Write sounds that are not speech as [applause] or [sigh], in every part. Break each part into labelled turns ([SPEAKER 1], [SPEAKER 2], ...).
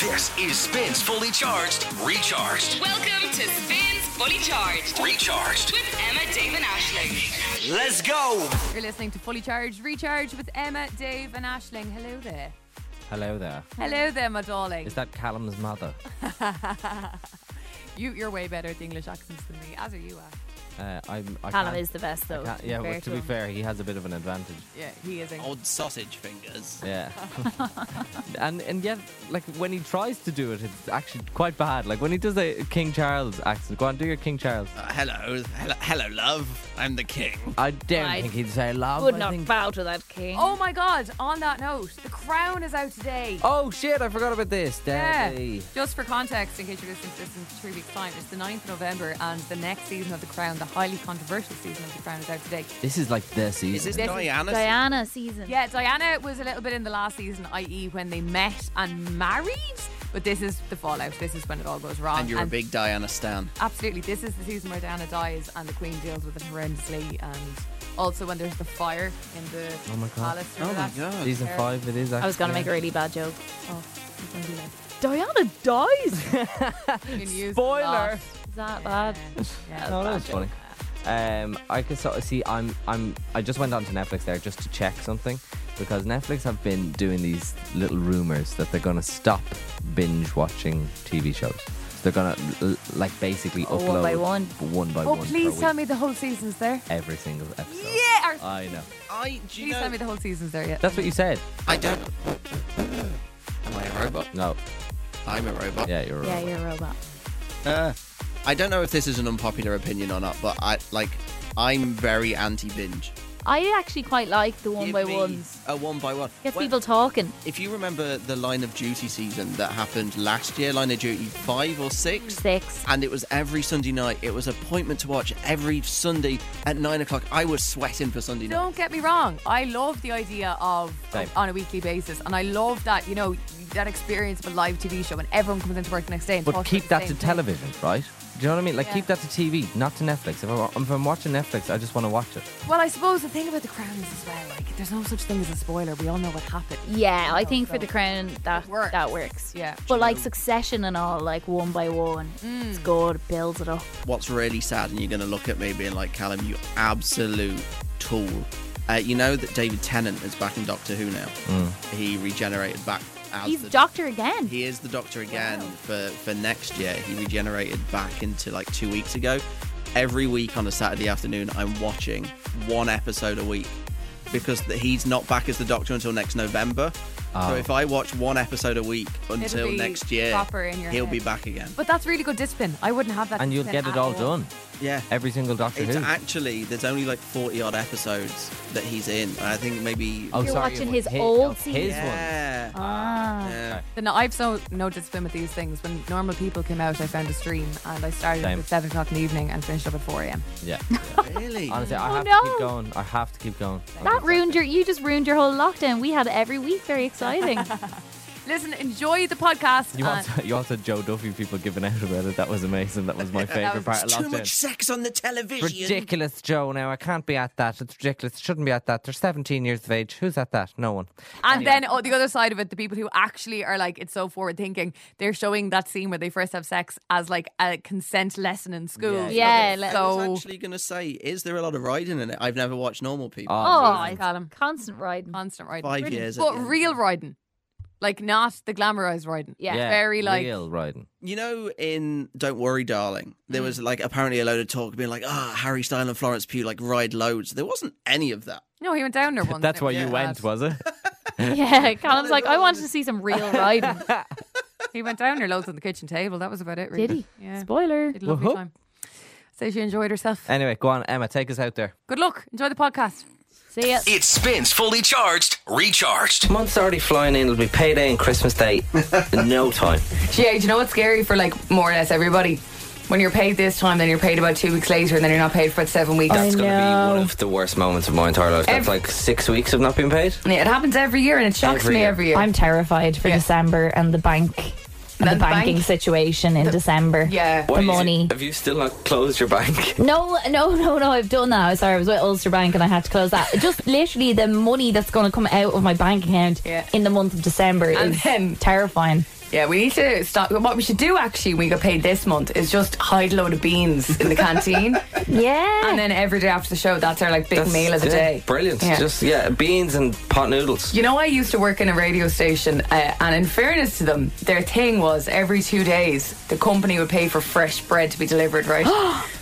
[SPEAKER 1] This is Spins Fully Charged, Recharged,
[SPEAKER 2] Welcome to Spins Fully Charged
[SPEAKER 1] Recharged.
[SPEAKER 2] with Emma, Dave, and Ashling.
[SPEAKER 1] Let's go!
[SPEAKER 3] You're listening to Fully Charged Recharge with Emma, Dave, and Ashling. Hello there.
[SPEAKER 4] Hello there.
[SPEAKER 3] Hello there, my darling.
[SPEAKER 4] Is that Callum's mother?
[SPEAKER 3] you, you're way better at the English accents than me, as are you, Ash.
[SPEAKER 4] Uh, I'm, I
[SPEAKER 5] Callum
[SPEAKER 4] can't-
[SPEAKER 5] is the best
[SPEAKER 4] I
[SPEAKER 5] though.
[SPEAKER 4] can't- yeah, well,
[SPEAKER 5] compared
[SPEAKER 4] to be
[SPEAKER 5] him.
[SPEAKER 4] fair, he has a bit of an advantage.
[SPEAKER 3] Yeah, he
[SPEAKER 5] Oh,
[SPEAKER 3] is. English.
[SPEAKER 6] Old sausage fingers.
[SPEAKER 4] Yeah.
[SPEAKER 5] [laughs]
[SPEAKER 4] and and yet, like when he tries to do it, it's actually quite bad. Like when he does the King Charles accent, go on, do your King Charles.
[SPEAKER 6] Uh, hello, hello, hello, love. I'm the king.
[SPEAKER 4] I don't
[SPEAKER 5] I
[SPEAKER 4] think he'd say love.
[SPEAKER 5] Would
[SPEAKER 4] I
[SPEAKER 5] not
[SPEAKER 4] think-
[SPEAKER 5] bow to that king.
[SPEAKER 3] Oh my God! On that note, The Crown is out today.
[SPEAKER 4] oh shit! I forgot about this. Daddy.
[SPEAKER 3] Just for context, in case you're listening to this in three weeks' time, it's the 9th of November, and the next season of The Crown, the highly controversial season of The Crown, is out today.
[SPEAKER 4] This is like the season.
[SPEAKER 6] Is this,
[SPEAKER 3] This is
[SPEAKER 6] Diana?
[SPEAKER 5] Diana season.
[SPEAKER 3] Yeah, Diana was a little bit in the last season, i.e., when they met and married. But this is the fallout. This is when it all goes wrong.
[SPEAKER 6] And you're a big Diana stan.
[SPEAKER 3] Absolutely. This is the season where Diana dies and the Queen deals with it horrendously. And also when there's the fire in the
[SPEAKER 4] Oh my God.
[SPEAKER 3] palace.
[SPEAKER 6] Oh
[SPEAKER 3] remember
[SPEAKER 6] my
[SPEAKER 3] that?
[SPEAKER 6] God.
[SPEAKER 4] season
[SPEAKER 3] Terrible.
[SPEAKER 4] five. It is. Actually,
[SPEAKER 5] I was gonna make a really bad joke.
[SPEAKER 3] Oh, it's going to be like,
[SPEAKER 5] Diana dies.
[SPEAKER 3] [laughs] you can use
[SPEAKER 4] Spoiler.
[SPEAKER 3] that.
[SPEAKER 5] Is that bad?
[SPEAKER 3] Yeah.
[SPEAKER 4] Oh, that's funny. Um, I could sort of see. I'm. I'm. I just went onto Netflix there just to check something because Netflix have been doing these little rumors that they're gonna stop binge watching TV shows. So they're gonna l- like basically
[SPEAKER 5] Oh,
[SPEAKER 4] upload
[SPEAKER 5] one by one.
[SPEAKER 4] one by
[SPEAKER 3] Oh,
[SPEAKER 4] one per
[SPEAKER 3] please
[SPEAKER 4] week,
[SPEAKER 3] tell me the whole season's there.
[SPEAKER 4] every single episode.
[SPEAKER 3] Yeah. or-
[SPEAKER 4] I know.
[SPEAKER 6] I, do you
[SPEAKER 3] Please tell
[SPEAKER 6] know,
[SPEAKER 3] me the whole season's there yet.
[SPEAKER 4] That's what you said.
[SPEAKER 6] I don't. Am I a robot?
[SPEAKER 4] No.
[SPEAKER 6] I'm a robot.
[SPEAKER 4] Yeah, you're
[SPEAKER 5] Yeah,
[SPEAKER 4] right.
[SPEAKER 5] you're a robot.
[SPEAKER 6] Uh, I don't know if this is an unpopular opinion or not, but I like. I'm very anti binge.
[SPEAKER 5] I actually quite like the one
[SPEAKER 6] Give
[SPEAKER 5] by
[SPEAKER 6] me
[SPEAKER 5] ones.
[SPEAKER 6] A one by one.
[SPEAKER 5] Gets
[SPEAKER 6] When-
[SPEAKER 5] people talking.
[SPEAKER 6] If you remember the Line of Duty season that happened last year, Line of Duty five or six,
[SPEAKER 5] Six.
[SPEAKER 6] and it was every Sunday night. It was appointment to watch every Sunday at nine o'clock. I was sweating for Sunday night.
[SPEAKER 3] Don't get me wrong. I love the idea of,
[SPEAKER 4] Same.
[SPEAKER 3] of- on a weekly basis, and I love that you know that experience of a live TV show when everyone comes into work the next day. And
[SPEAKER 4] But
[SPEAKER 3] talks
[SPEAKER 4] keep
[SPEAKER 3] about
[SPEAKER 4] that to
[SPEAKER 3] the same thing.
[SPEAKER 4] television, right? Do you know what I mean? Like
[SPEAKER 3] Yeah.
[SPEAKER 4] keep that to TV, not to Netflix. If, I, if I'm watching Netflix, I just want to watch it.
[SPEAKER 3] Well, I suppose the thing about the crown is as well, like there's no such thing as a spoiler. We all know what happened.
[SPEAKER 5] Yeah, I
[SPEAKER 3] Oh,
[SPEAKER 5] think for
[SPEAKER 3] God.
[SPEAKER 5] the crown that
[SPEAKER 3] It works.
[SPEAKER 5] that works.
[SPEAKER 3] Yeah.
[SPEAKER 5] But like succession and all, like one by one, it's good. It builds it up.
[SPEAKER 6] what's really sad, and you're going to look at me being like, Callum, you absolute tool. Uh, you know that David Tennant is back in Doctor Who now. He regenerated back as
[SPEAKER 5] He's
[SPEAKER 6] the
[SPEAKER 5] doctor again.
[SPEAKER 6] He is the Doctor again for, for next year. He regenerated back into like two weeks ago. Every week on a Saturday afternoon, I'm watching one episode a week because th he's not back as the Doctor until next November. So
[SPEAKER 4] Oh.
[SPEAKER 6] if I watch one episode a week until
[SPEAKER 3] be
[SPEAKER 6] next year,
[SPEAKER 3] proper in your
[SPEAKER 6] he'll be
[SPEAKER 3] head.
[SPEAKER 6] back again.
[SPEAKER 3] But that's really good discipline. I wouldn't have that.
[SPEAKER 4] And you'll
[SPEAKER 3] discipline
[SPEAKER 4] get it
[SPEAKER 3] at
[SPEAKER 4] all done.
[SPEAKER 6] Yeah.
[SPEAKER 4] Every single Doctor
[SPEAKER 6] It's
[SPEAKER 4] Who.
[SPEAKER 6] actually there's only like forty odd episodes that he's in. and I think maybe
[SPEAKER 4] Oh,
[SPEAKER 5] You're
[SPEAKER 4] sorry,
[SPEAKER 5] watching
[SPEAKER 4] it
[SPEAKER 5] his
[SPEAKER 4] was hi-
[SPEAKER 5] old
[SPEAKER 4] oh,
[SPEAKER 5] season.
[SPEAKER 4] His one.
[SPEAKER 6] yeah.
[SPEAKER 5] Ah.
[SPEAKER 6] Yeah.
[SPEAKER 3] Then I've so no discipline with these things. When normal people came out, I found a stream and I started
[SPEAKER 4] Same.
[SPEAKER 3] at seven o'clock in the evening and finished up at four a.m.
[SPEAKER 4] Yeah.
[SPEAKER 6] [laughs] Really?
[SPEAKER 4] Honestly, I
[SPEAKER 5] Oh,
[SPEAKER 4] have to
[SPEAKER 5] no.
[SPEAKER 4] keep going. I have to keep going. I'll [laughs]
[SPEAKER 5] That
[SPEAKER 4] be
[SPEAKER 5] ruined
[SPEAKER 4] back.
[SPEAKER 5] your. You just ruined your whole lockdown. We had every week. Very exciting. Oh,
[SPEAKER 3] Listen, enjoy the podcast.
[SPEAKER 4] You
[SPEAKER 3] and-
[SPEAKER 4] also, you also Joe Duffy people giving out about it. That was amazing. That was
[SPEAKER 6] [laughs]
[SPEAKER 4] my
[SPEAKER 3] was
[SPEAKER 4] favourite part of
[SPEAKER 6] Too much
[SPEAKER 4] lockdown.
[SPEAKER 6] sex on the television.
[SPEAKER 4] Ridiculous, Joe. Now I can't be at that. It's ridiculous. Shouldn't be at that. They're 17 years of age. Who's at that? No one.
[SPEAKER 3] And then oh, the other side of it, the people who actually are like, it's so forward thinking. They're showing that scene where they first have sex as like a consent lesson in school.
[SPEAKER 5] Yeah, Yeah,
[SPEAKER 6] I was
[SPEAKER 3] so
[SPEAKER 6] actually going to say, is there a lot of riding in it? I've never watched normal people.
[SPEAKER 5] oh,
[SPEAKER 3] Jesus,
[SPEAKER 5] it's
[SPEAKER 3] Callum.
[SPEAKER 5] constant riding.
[SPEAKER 3] [laughs] constant riding,
[SPEAKER 6] Five
[SPEAKER 5] brilliant.
[SPEAKER 6] years. at
[SPEAKER 3] but
[SPEAKER 6] the end.
[SPEAKER 3] real riding, like not the glamorized riding.
[SPEAKER 5] Yeah.
[SPEAKER 3] very like
[SPEAKER 4] real riding.
[SPEAKER 6] You know, in Don't Worry, Darling, there was like apparently a load of talk being like, ah, Harry Styles and Florence Pugh like ride loads. There wasn't any of that.
[SPEAKER 3] no, he went down there once.
[SPEAKER 4] That's
[SPEAKER 3] and it
[SPEAKER 4] why
[SPEAKER 3] was
[SPEAKER 4] you
[SPEAKER 3] bad.
[SPEAKER 4] went, was
[SPEAKER 6] [laughs]
[SPEAKER 4] it?
[SPEAKER 5] Yeah, Colin's like, I wanted to see some real riding.
[SPEAKER 3] He went down there loads on the kitchen table. That was about it. Really.
[SPEAKER 5] Did he?
[SPEAKER 3] Yeah.
[SPEAKER 5] Spoiler.
[SPEAKER 3] She had a lovely
[SPEAKER 4] Woohoo.
[SPEAKER 3] time. So she enjoyed herself.
[SPEAKER 4] anyway, go on, Emma. Take us out there.
[SPEAKER 3] Good luck. Enjoy the podcast.
[SPEAKER 5] See ya.
[SPEAKER 1] It spins fully charged, recharged.
[SPEAKER 4] Month's already flying in. It'll be payday and Christmas Day
[SPEAKER 6] [laughs]
[SPEAKER 4] in no time.
[SPEAKER 7] uh,
[SPEAKER 3] Yeah, do you know what's scary for like more or less everybody? When you're paid this time, then you're paid about two weeks later, and then you're not paid for seven weeks.
[SPEAKER 4] That's going to be
[SPEAKER 5] know.
[SPEAKER 4] one of the worst moments of my entire life. That's
[SPEAKER 3] Every-
[SPEAKER 4] like six weeks of not being paid.
[SPEAKER 3] Yeah, it happens every year, and it shocks
[SPEAKER 4] Every
[SPEAKER 3] me
[SPEAKER 4] year.
[SPEAKER 3] every year.
[SPEAKER 8] I'm terrified for
[SPEAKER 3] Yeah.
[SPEAKER 8] December and the bank and
[SPEAKER 3] The
[SPEAKER 8] the, banking
[SPEAKER 3] bank-
[SPEAKER 8] situation in December.
[SPEAKER 3] yeah.
[SPEAKER 4] What is it?
[SPEAKER 8] money.
[SPEAKER 4] Have you still not closed your
[SPEAKER 7] [laughs]
[SPEAKER 4] bank?
[SPEAKER 8] No, no, no, no. I've done that. Sorry, I was with Ulster Bank and I had to close [laughs] that. Just literally the money that's going to come out of my bank account
[SPEAKER 3] Yeah.
[SPEAKER 8] in the month of December
[SPEAKER 3] And
[SPEAKER 8] is
[SPEAKER 3] then-
[SPEAKER 8] terrifying.
[SPEAKER 7] Yeah, we need to stop. What we should do actually, when we got paid this month, is just hide a load of beans in the
[SPEAKER 8] [laughs]
[SPEAKER 7] canteen,
[SPEAKER 8] Yeah.
[SPEAKER 7] and then every day after the show, that's our like big
[SPEAKER 4] That's-
[SPEAKER 7] meal of the
[SPEAKER 4] yeah,
[SPEAKER 7] day.
[SPEAKER 4] Brilliant.
[SPEAKER 7] Yeah.
[SPEAKER 4] Just yeah, beans and pot noodles.
[SPEAKER 7] You know, I used to work in a radio station, uh, and in fairness to them, their thing was every two days the company would pay for fresh bread to be delivered,
[SPEAKER 8] [gasps]
[SPEAKER 7] right?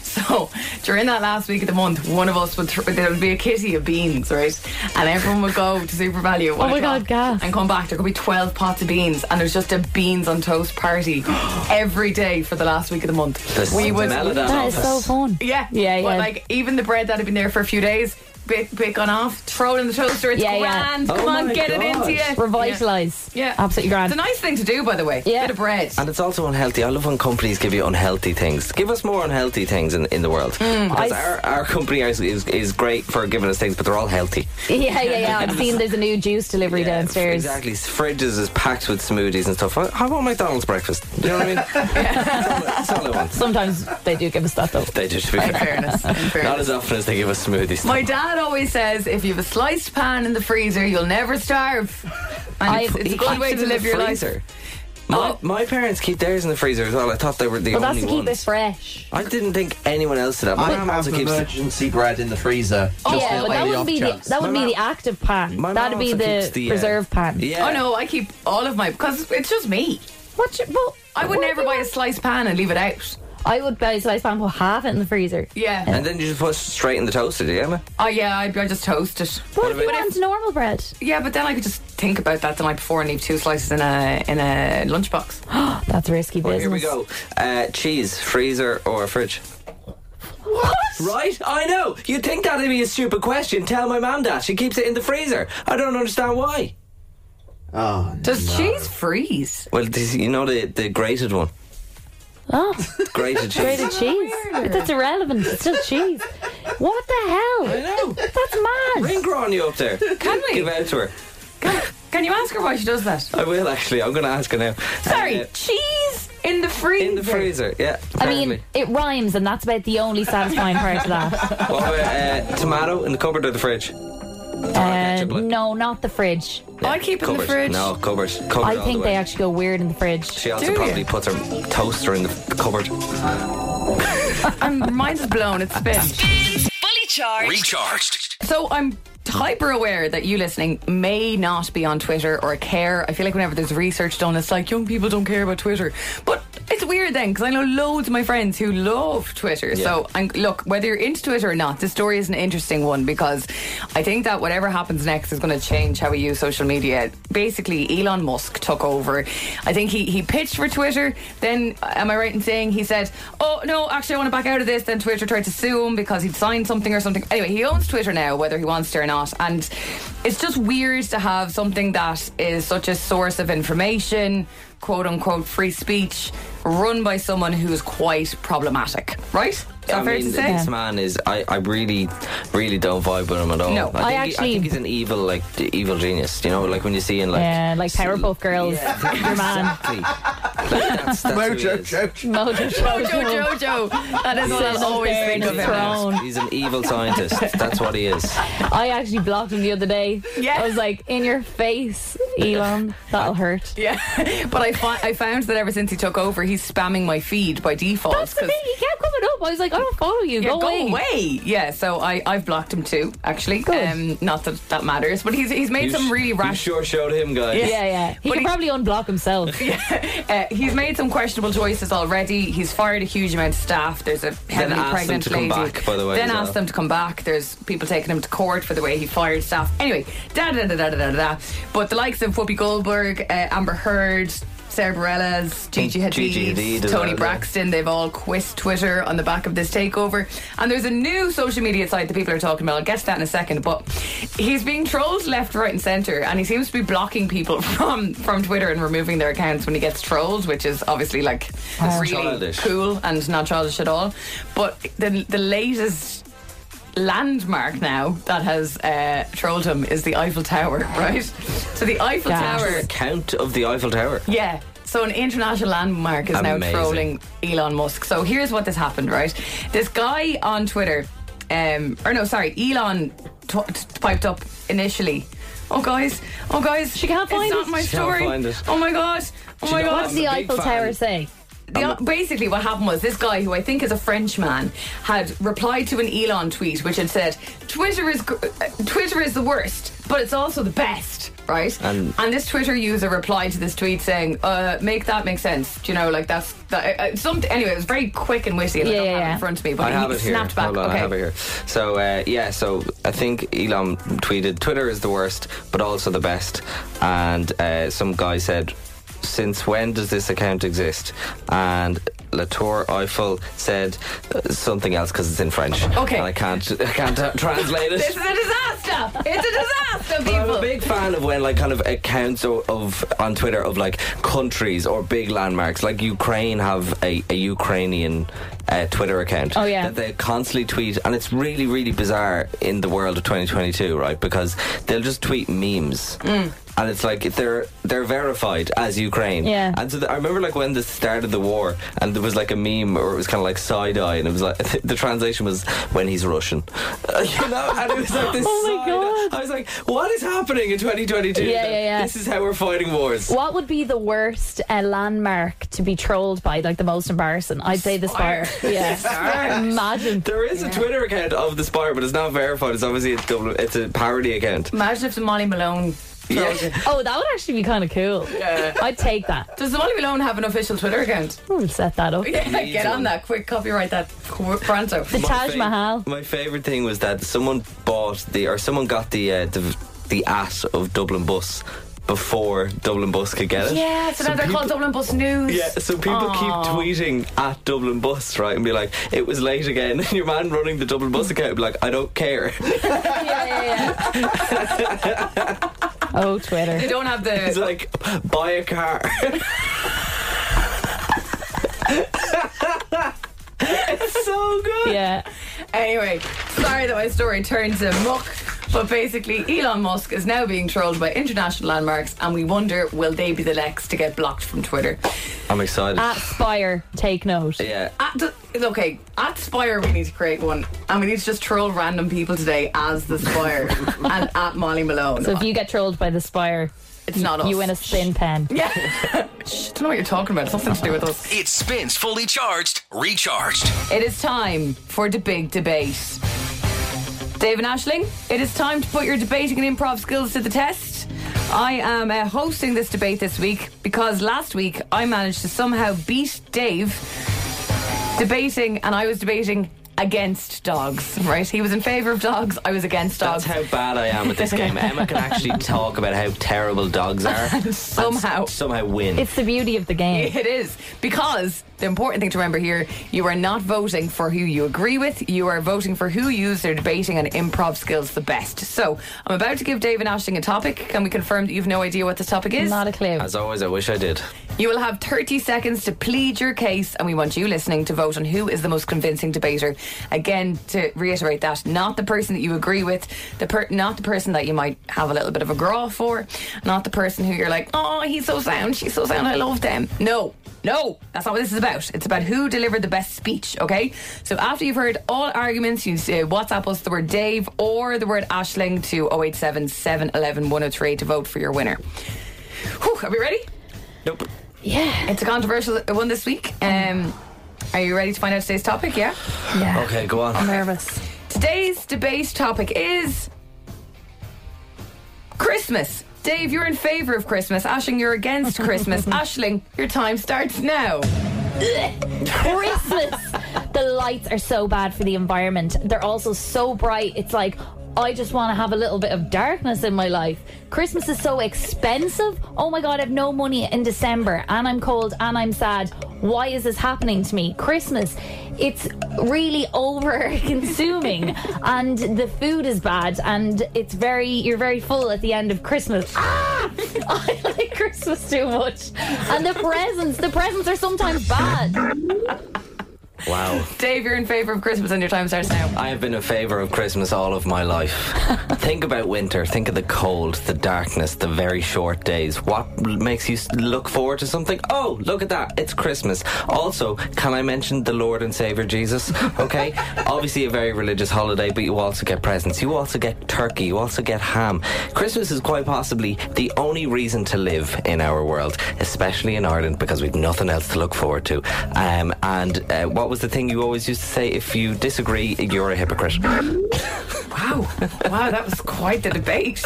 [SPEAKER 7] so during that last week of the month, one of us would th- there would be a kitty of beans, right? And everyone would go to Super Value. At one
[SPEAKER 8] Oh my
[SPEAKER 7] o'clock
[SPEAKER 8] God, gas.
[SPEAKER 7] And come back, there could be twelve pots of beans, and there's just a beans on toast party [gasps] every day for the last week of the month. we would.
[SPEAKER 8] that is so fun.
[SPEAKER 7] Yeah,
[SPEAKER 8] Yeah,
[SPEAKER 7] But
[SPEAKER 8] yeah.
[SPEAKER 7] like even the bread that had been there for a few days, bit bit gone off, throw it in the toaster. It's
[SPEAKER 8] Yeah, yeah. Oh
[SPEAKER 7] grand. Come on,
[SPEAKER 4] my
[SPEAKER 7] get it
[SPEAKER 4] God.
[SPEAKER 7] into you.
[SPEAKER 8] Revitalise.
[SPEAKER 7] Yeah.
[SPEAKER 8] Absolutely grand.
[SPEAKER 7] It's a nice thing to do, by the way.
[SPEAKER 8] Yeah.
[SPEAKER 7] Bit of bread.
[SPEAKER 4] And it's also unhealthy. I love when companies give you unhealthy things. Give us more unhealthy things in, in the world.
[SPEAKER 7] Mm,
[SPEAKER 4] Because
[SPEAKER 8] I-
[SPEAKER 4] our, our company is, is, is great for giving us things, but they're all healthy.
[SPEAKER 8] Yeah, yeah, yeah. I've seen there's a new juice delivery
[SPEAKER 4] Yeah,
[SPEAKER 8] downstairs.
[SPEAKER 4] Exactly. Fridges is packed with smoothies and stuff. I, I want McDonald's breakfast. Do you know what I
[SPEAKER 7] [laughs]
[SPEAKER 4] mean? That's all I want.
[SPEAKER 8] Sometimes they do give us that though.
[SPEAKER 4] They do, to be
[SPEAKER 7] In
[SPEAKER 4] fair.
[SPEAKER 7] fairness.
[SPEAKER 8] [laughs]
[SPEAKER 7] In
[SPEAKER 4] Not
[SPEAKER 7] fairness.
[SPEAKER 4] as often as they give us smoothies.
[SPEAKER 7] My dad always says if you have a sliced pan in the freezer, you'll never starve. And it's,
[SPEAKER 8] I've-
[SPEAKER 7] it's a
[SPEAKER 8] he
[SPEAKER 7] good
[SPEAKER 8] keeps
[SPEAKER 7] way
[SPEAKER 8] it
[SPEAKER 7] to
[SPEAKER 8] in
[SPEAKER 7] live your life.
[SPEAKER 4] My,
[SPEAKER 7] Oh.
[SPEAKER 4] my parents keep theirs in the freezer as well. I thought they were the
[SPEAKER 8] But that's
[SPEAKER 4] only
[SPEAKER 8] to keep it
[SPEAKER 4] ones.
[SPEAKER 8] fresh.
[SPEAKER 4] I didn't think anyone else did that. My
[SPEAKER 6] I
[SPEAKER 4] mom
[SPEAKER 6] have
[SPEAKER 4] also keeps the,
[SPEAKER 6] emergency bread in the freezer.
[SPEAKER 8] Oh,
[SPEAKER 6] just
[SPEAKER 8] yeah,
[SPEAKER 6] on the
[SPEAKER 8] but that
[SPEAKER 6] off
[SPEAKER 8] wouldn't be the,
[SPEAKER 6] chance.
[SPEAKER 8] that
[SPEAKER 4] My
[SPEAKER 8] would be
[SPEAKER 4] mom-
[SPEAKER 8] the active pan.
[SPEAKER 4] my mom
[SPEAKER 8] That'd be
[SPEAKER 4] also
[SPEAKER 8] the,
[SPEAKER 4] keeps the, uh,
[SPEAKER 8] preserve pan.
[SPEAKER 4] Yeah.
[SPEAKER 7] Oh no, I keep all of my because it's just me.
[SPEAKER 8] What? You, well,
[SPEAKER 7] I would
[SPEAKER 8] what
[SPEAKER 7] never
[SPEAKER 8] do
[SPEAKER 7] buy
[SPEAKER 8] you
[SPEAKER 7] a
[SPEAKER 8] want?
[SPEAKER 7] sliced pan and leave it out.
[SPEAKER 8] I would buy a sliced pan, but have it in the freezer.
[SPEAKER 7] Yeah.
[SPEAKER 4] And then you just put it straight in the toaster, do you, Emma?
[SPEAKER 7] oh yeah, I, I just toast it.
[SPEAKER 8] What, if you
[SPEAKER 4] about-
[SPEAKER 8] want normal bread?
[SPEAKER 7] Yeah, but then I could just think about that the night before and leave two slices in a in a lunchbox.
[SPEAKER 8] That's risky
[SPEAKER 4] Well,
[SPEAKER 8] business.
[SPEAKER 4] here we go. Uh, cheese, freezer or fridge? What? Right? I know. You'd think that'd be a stupid question. Tell my mum that. She keeps it in the freezer. I don't understand why.
[SPEAKER 6] Oh,
[SPEAKER 7] Does cheese freeze?
[SPEAKER 4] Well, this, you know the, the grated one.
[SPEAKER 8] Oh,
[SPEAKER 4] Grated cheese.
[SPEAKER 8] grated cheese. That's irrelevant. It's still cheese. What the
[SPEAKER 4] I
[SPEAKER 8] hell?
[SPEAKER 4] know.
[SPEAKER 8] That's mad.
[SPEAKER 4] Ring on you up
[SPEAKER 8] [laughs]
[SPEAKER 4] there.
[SPEAKER 7] Can
[SPEAKER 4] [laughs] Give
[SPEAKER 7] we?
[SPEAKER 4] out to her.
[SPEAKER 7] Can you ask her why she does that?
[SPEAKER 4] I will actually. I'm going to ask her now.
[SPEAKER 7] Sorry,
[SPEAKER 4] Uh,
[SPEAKER 7] cheese in the freezer.
[SPEAKER 4] in the freezer, yeah.
[SPEAKER 8] I mean,
[SPEAKER 4] apparently.
[SPEAKER 8] it rhymes, and that's about the only satisfying part of that.
[SPEAKER 4] what about uh, tomato in the cupboard or the fridge?
[SPEAKER 8] Uh,
[SPEAKER 5] Um,
[SPEAKER 4] ketchup, like-
[SPEAKER 8] no, not the fridge.
[SPEAKER 7] I keep it in the
[SPEAKER 4] Cupboard.
[SPEAKER 7] fridge.
[SPEAKER 4] No, cupboard. Cupboard
[SPEAKER 8] I
[SPEAKER 4] all
[SPEAKER 8] think
[SPEAKER 4] the way.
[SPEAKER 8] they actually go weird in the fridge.
[SPEAKER 4] She also
[SPEAKER 7] Do
[SPEAKER 4] probably
[SPEAKER 7] you?
[SPEAKER 4] puts her toaster in the cupboard.
[SPEAKER 7] I'm, mine's is blown. It's spin.
[SPEAKER 9] Spins Fully Charged.
[SPEAKER 1] Recharged.
[SPEAKER 7] So I'm hyper aware that you listening may not be on Twitter or care. I feel like whenever there's research done, it's like young people don't care about Twitter. But it's weird then because I know loads of my friends who love Twitter. So I'm, look, whether you're into Twitter or not, this story is an interesting one because I think that whatever happens next is going to change how we use social media. Basically, Elon Musk took over. I think he, he pitched for Twitter. Then, uh, am I right in saying he said, oh, no, actually, I want to back out of this. Then Twitter tried to sue him because he'd signed something or something. Anyway, he owns Twitter now, whether he wants to or not. And it's just weird to have something that is such a source of information, quote unquote, free speech, run by someone who's quite problematic, right? Is that
[SPEAKER 4] I
[SPEAKER 7] fair
[SPEAKER 4] mean,
[SPEAKER 7] to say?
[SPEAKER 4] this man is. I, I really, really don't vibe with him at all. I,
[SPEAKER 7] No,
[SPEAKER 8] I
[SPEAKER 4] think he, I
[SPEAKER 8] actually-
[SPEAKER 4] think he's an evil, like d- evil genius. You know, like when you see in like.
[SPEAKER 8] Yeah, like Powerpuff Girls. Your man.
[SPEAKER 4] Exactly. like, that's, that's who he is.
[SPEAKER 8] Mojo Jojo.
[SPEAKER 7] Jojo, Jojo. That is what
[SPEAKER 8] Sitting
[SPEAKER 7] I'll always
[SPEAKER 8] there in
[SPEAKER 7] think of
[SPEAKER 8] his
[SPEAKER 7] him.
[SPEAKER 8] throne.
[SPEAKER 7] as.
[SPEAKER 8] Own.
[SPEAKER 4] He's an evil scientist. That's what he is.
[SPEAKER 8] I actually blocked him the other day.
[SPEAKER 7] Yeah.
[SPEAKER 8] I was like, in your face, Elon. That'll hurt.
[SPEAKER 7] Yeah, but I, fi- I found that ever since he took over, he's spamming my feed by default.
[SPEAKER 8] [laughs] That's the
[SPEAKER 7] 'cause-
[SPEAKER 8] thing. He kept coming up. I was like, I don't follow you.
[SPEAKER 7] Yeah,
[SPEAKER 8] go,
[SPEAKER 7] go, away. Yeah, so I, I've blocked him too, actually. Um,
[SPEAKER 8] Good.
[SPEAKER 7] not that that matters, but he's, he's made some really
[SPEAKER 4] rash.
[SPEAKER 7] rash.
[SPEAKER 4] sure showed him, guys.
[SPEAKER 7] Yeah.
[SPEAKER 8] Yeah, yeah. He
[SPEAKER 7] But
[SPEAKER 8] could
[SPEAKER 7] he-
[SPEAKER 8] probably unblock himself.
[SPEAKER 7] Uh, he's made some questionable choices already. He's fired a huge amount of staff. There's a heavily
[SPEAKER 4] asked them
[SPEAKER 7] pregnant
[SPEAKER 4] to come
[SPEAKER 7] lady.
[SPEAKER 4] back, by the way,
[SPEAKER 7] then
[SPEAKER 4] as
[SPEAKER 7] asked
[SPEAKER 4] well.
[SPEAKER 7] them to come back. There's people taking him to court for the way he fired staff. Anyway, da da da da da da. da. But the likes of Whoopi Goldberg, uh, Amber Heard. Sarah Bareilles, Gigi Hadid,
[SPEAKER 4] Gigi Hadid as
[SPEAKER 7] Tony
[SPEAKER 4] well, yeah.
[SPEAKER 7] Braxton, they've all quit Twitter on the back of this takeover. And there's a new social media site that people are talking about. I'll get to that in a second. But he's being trolled left, right, and centre. And he seems to be blocking people [laughs] from, from Twitter and removing their accounts when he gets trolled, which is obviously like really
[SPEAKER 4] childish.
[SPEAKER 7] cool and not childish at all. But the, the latest landmark now that has uh, trolled him is the Eiffel Tower, [laughs] right? So the Eiffel
[SPEAKER 8] Gosh.
[SPEAKER 7] Tower.
[SPEAKER 4] Count of the Eiffel Tower.
[SPEAKER 7] Yeah. So an international landmark is now
[SPEAKER 4] Amazing.
[SPEAKER 7] trolling Elon Musk. So here's what this happened, right? This guy on Twitter, um, or no, sorry, Elon t- t- piped up initially. Oh guys, oh guys,
[SPEAKER 8] She can't find
[SPEAKER 7] it's not
[SPEAKER 8] it.
[SPEAKER 7] my
[SPEAKER 8] She
[SPEAKER 4] can't
[SPEAKER 7] story.
[SPEAKER 4] find it.
[SPEAKER 7] Oh my god, oh
[SPEAKER 4] She
[SPEAKER 7] my
[SPEAKER 4] don't-
[SPEAKER 7] god.
[SPEAKER 8] What's the
[SPEAKER 4] I'm a big
[SPEAKER 8] Eiffel
[SPEAKER 4] fan.
[SPEAKER 8] Tower say?
[SPEAKER 7] The, basically, what happened was this guy, who I think is a Frenchman, had replied to an Elon tweet which had said, "Twitter is gr- uh, Twitter is the worst, but it's also the best." Right?
[SPEAKER 4] And-
[SPEAKER 7] this Twitter user replied to this tweet saying, uh, "Make that make sense." Do you know, like that's that, uh, uh, something. Anyway, it was very quick and witty. And I
[SPEAKER 8] Yeah,
[SPEAKER 7] don't
[SPEAKER 8] yeah,
[SPEAKER 7] have it
[SPEAKER 8] yeah.
[SPEAKER 7] in front of me, but
[SPEAKER 4] I
[SPEAKER 7] he
[SPEAKER 4] have it here.
[SPEAKER 7] snapped back.
[SPEAKER 4] Hold on,
[SPEAKER 7] okay.
[SPEAKER 4] I have it here. So uh, yeah, so I think Elon tweeted, "Twitter is the worst, but also the best." And uh, some guy said, "Since when does this account exist?" And Latour Eiffel said uh, something else because it's in French.
[SPEAKER 7] Okay.
[SPEAKER 4] and I can't I can't uh, [laughs] translate
[SPEAKER 7] This is
[SPEAKER 4] it.
[SPEAKER 7] a disaster. It's a
[SPEAKER 4] [laughs] But
[SPEAKER 7] disaster, people.
[SPEAKER 4] I'm a big fan of when, like, kind of accounts of, of on Twitter of like countries or big landmarks, like Ukraine have a, a Ukrainian uh, Twitter account.
[SPEAKER 8] Oh, yeah.
[SPEAKER 4] that they constantly tweet, and it's really, really bizarre in the world of 2022, right? Because they'll just tweet memes.
[SPEAKER 8] Mm.
[SPEAKER 4] And it's like they're they're verified as Ukraine.
[SPEAKER 8] Yeah.
[SPEAKER 4] And so the, I remember like when the start of the war, and there was like a meme, or it was kind of like side eye, and it was like [laughs] the translation was when he's Russian, [laughs] you know. And it was like this.
[SPEAKER 8] [laughs] Oh my
[SPEAKER 4] side eye.
[SPEAKER 8] God.
[SPEAKER 4] I was like, what is happening in 2022?
[SPEAKER 8] Yeah, yeah, yeah.
[SPEAKER 4] This is how we're fighting wars.
[SPEAKER 8] What would be the worst uh, landmark to be trolled by, like the most embarrassing? I'd say the spire. Yeah. Imagine.
[SPEAKER 4] There is a Twitter account of the Spire, but it's not verified. It's obviously a Dublin, it's a parody account.
[SPEAKER 7] Imagine if the Molly Malone.
[SPEAKER 4] Yeah.
[SPEAKER 8] Oh, that would actually be kind of cool. Yeah. I'd take that.
[SPEAKER 7] Does the Molly Malone have an official Twitter account?
[SPEAKER 8] We'll set that up.
[SPEAKER 7] Yeah,
[SPEAKER 4] Needs
[SPEAKER 7] get
[SPEAKER 4] one.
[SPEAKER 7] on that quick. Copyright that, qu- pronto.
[SPEAKER 8] The Taj Mahal.
[SPEAKER 4] My favorite thing was that someone bought the or someone got the uh, the the at of Dublin Bus before Dublin Bus could get it.
[SPEAKER 7] Yeah, so now they're called Dublin Bus News.
[SPEAKER 4] Yeah, so people
[SPEAKER 7] Aw.
[SPEAKER 4] keep tweeting at Dublin Bus, right, and be like, "It was late again." [laughs] And your man running the Dublin
[SPEAKER 8] Mm.
[SPEAKER 4] Bus account, would be like, "I don't care."
[SPEAKER 8] Yeah, yeah, yeah. oh, Twitter.
[SPEAKER 7] They don't have
[SPEAKER 4] It's
[SPEAKER 7] the.
[SPEAKER 4] like, "Buy a car." [laughs] it's so good.
[SPEAKER 8] Yeah.
[SPEAKER 7] Anyway, sorry that my story turned to muck. But basically, Elon Musk is now being trolled by international landmarks, and we wonder will they be the next to get blocked from Twitter?
[SPEAKER 4] I'm excited.
[SPEAKER 8] At Spire, take note.
[SPEAKER 4] yeah.
[SPEAKER 7] At the, okay, at Spire, we need to create one, and we need to just troll random people today as the Spire and at Molly Malone.
[SPEAKER 8] So if you get trolled by the Spire,
[SPEAKER 7] it's not us.
[SPEAKER 8] you win a spin pen.
[SPEAKER 7] [laughs] Yeah. Shh, don't know what you're talking about. It's nothing to do with us.
[SPEAKER 1] It spins fully charged, recharged.
[SPEAKER 7] It is time for the big debate. David Ashling, it is time to put your debating and improv skills to the test. I am uh, hosting this debate this week because last week I managed to somehow beat Dave debating, and I was debating against dogs, right? He was in favour of dogs, I was against dogs.
[SPEAKER 4] That's how bad I am at this game. Emma can [laughs] actually talk about how terrible dogs are. and
[SPEAKER 7] Somehow.
[SPEAKER 4] s- [laughs] somehow win.
[SPEAKER 8] It's the beauty of the game.
[SPEAKER 7] [laughs] It is because the important thing to remember here: you are not voting for who you agree with. You are voting for who used their debating and improv skills the best. So I'm about to give David Ashling a topic. Can we confirm that you've no idea what this topic is?
[SPEAKER 8] Not a clue.
[SPEAKER 4] As always, I wish I did.
[SPEAKER 7] you will have 30 seconds to plead your case, and we want you listening to vote on who is the most convincing debater. Again, to reiterate that, not the person that you agree with, the per- not the person that you might have a little bit of a growl for, not the person who you're like, oh, he's so sound, she's so sound, I love them. No, no, that's not what this is about. It's about who delivered the best speech, okay? So after you've heard all arguments, you say WhatsApp us the word Dave or the word Ashling to 087 711 103 to vote for your winner. Whew, are we ready?
[SPEAKER 4] Nope.
[SPEAKER 10] Yeah.
[SPEAKER 7] It's a controversial one this week. Um, are you ready to find out today's topic? Yeah.
[SPEAKER 10] Yeah.
[SPEAKER 4] Okay, go on.
[SPEAKER 10] Nervous.
[SPEAKER 7] Today's debate topic is Christmas. Dave, you're in favour of Christmas. Ashling, you're against [laughs] Christmas. Ashling, your time starts now.
[SPEAKER 8] Christmas. the lights are so bad for the environment. They're also so bright. It's like I just want to have a little bit of darkness in my life. Christmas is so expensive. Oh my god, I've no money in December and I'm cold and I'm sad. Why is this happening to me? Christmas, it's really over consuming and the food is bad and it's very you're very full at the end of Christmas. Ah! [laughs] I like Christmas too much. And the presents, the presents are sometimes bad.
[SPEAKER 4] Wow.
[SPEAKER 7] Dave, you're in favour of Christmas and your time starts now.
[SPEAKER 4] I have been in favour of Christmas all of my life. think about winter, think of the cold, the darkness, the very short days. What makes you s- look forward to something? Oh, look at that, it's Christmas. Also, can I mention the Lord and Saviour Jesus? Okay, obviously a very religious holiday, but you also get presents, you also get turkey, you also get ham. Christmas is quite possibly the only reason to live in our world, especially in Ireland because we've nothing else to look forward to. Um, and uh, what was the thing you always used to say? If you disagree, you're a hypocrite.
[SPEAKER 7] Wow, wow, that was quite the [laughs] debate.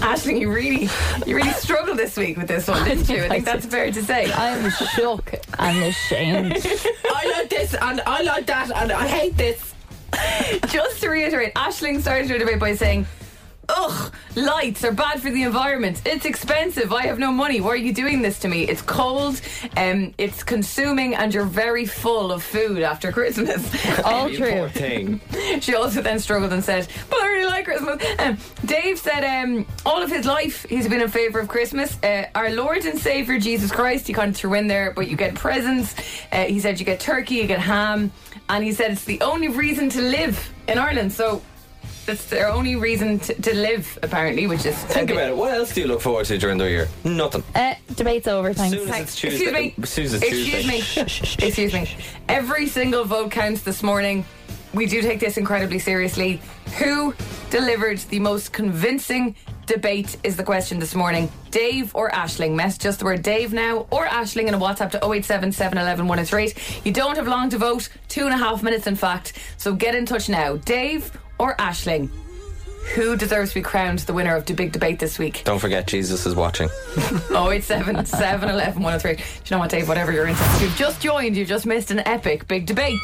[SPEAKER 7] Ashley, you really, you really struggled this week with this one, didn't you? I think that's fair to say.
[SPEAKER 5] I'm shook and ashamed.
[SPEAKER 4] I like this and I like that and I hate this.
[SPEAKER 7] Just to reiterate, Ashling started her debate by saying, Ugh, lights are bad for the environment. It's expensive. I have no money. Why are you doing this to me? It's cold, um, it's consuming, and you're very full of food after Christmas.
[SPEAKER 5] All true.
[SPEAKER 4] thing.
[SPEAKER 7] [laughs] she also then struggled and said, But I really like Christmas. Um, Dave said um, all of his life he's been in favour of Christmas. Uh, our Lord and Saviour Jesus Christ, he kind of threw in there, but you get presents. Uh, he said you get turkey, you get ham, and he said it's the only reason to live in Ireland. So that's their only reason to, to live, apparently, which is.
[SPEAKER 4] Think about it. What else do you look forward to during the year? Nothing.
[SPEAKER 8] Eh,
[SPEAKER 5] Uh, debate's over, thanks.
[SPEAKER 4] Soon as it's Tuesday.
[SPEAKER 7] Excuse me.
[SPEAKER 4] As soon as it's Tuesday.
[SPEAKER 7] Excuse me. Excuse me. Every single vote counts this morning. We do take this incredibly seriously. Who delivered the most convincing debate is the question this morning. Dave or Ashling? Mess just the word Dave now or Ashling in a WhatsApp to 087 711 108. You don't have long to vote, two and a half minutes in fact. So get in touch now. Dave or Ashling? Who deserves to be crowned the winner of the big debate this week?
[SPEAKER 4] Don't forget, Jesus is watching.
[SPEAKER 7] 087 711 103. Do you know what, Dave? Whatever you're into. You've just joined, you've just missed an epic big debate.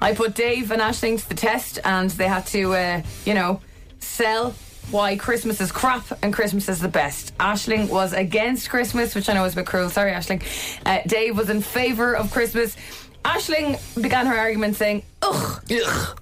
[SPEAKER 7] I put Dave and Ashling to the test, and they had to, uh, you know, sell why Christmas is crap and Christmas is the best. Ashling was against Christmas, which I know is a bit cruel. Sorry, Ashling. Uh, Dave was in favour of Christmas. Ashling began her argument saying, Ugh, ugh,